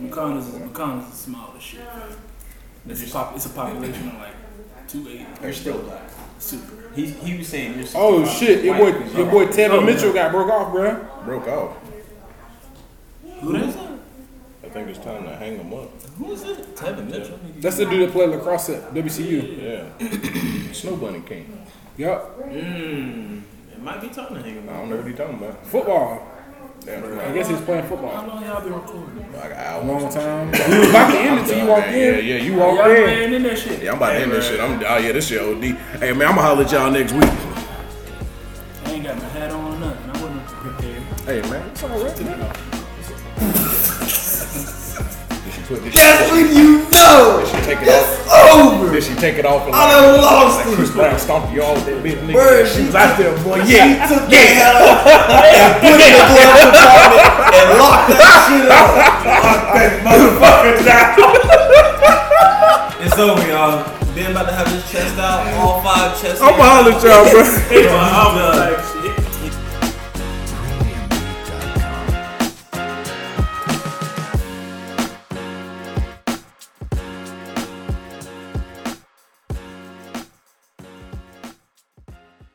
Mukon is Mukon is small as shit. It's a, pop, it's a population of like two eighty. You're still black. Super. He, he was saying you're Oh shit! Your boy, your boy Tevin Mitchell got broke off, bro. Broke off. Who is it? I think it's time to hang them up. Who is it? Tevin Mitchell. That's the dude that played lacrosse at WCU. Yeah. Snow Bunny King. Yup. Mm, it might be time to hang him I up. don't know what he's talking about. Football. Damn, I right. guess he's playing How football. long y'all been recording? Like an hour. A long time. If I can end it till you walk Yeah, in. yeah, you Y'all walked in. ran in that shit. Yeah, I'm about to end this shit. I'm, oh yeah, this shit OD. Hey man, I'm gonna holler at y'all next week. I ain't got my hat on or nothing. I wasn't prepared. Hey man, it's all right. Man. Did she put this? That's when you know Did she take it it's off? over. Did she take it off? And I done lost like, it. Chris Brown stomped you all with that bitch, nigga. Word, she was out there, boy. Yeah, He took that hell up and put it in the glove compartment and locked that shit up. Locked that motherfucker down. It's over, y'all. Ben about to have his chest out, all five chests. I'm gonna holler at y'all, bro. I'm done.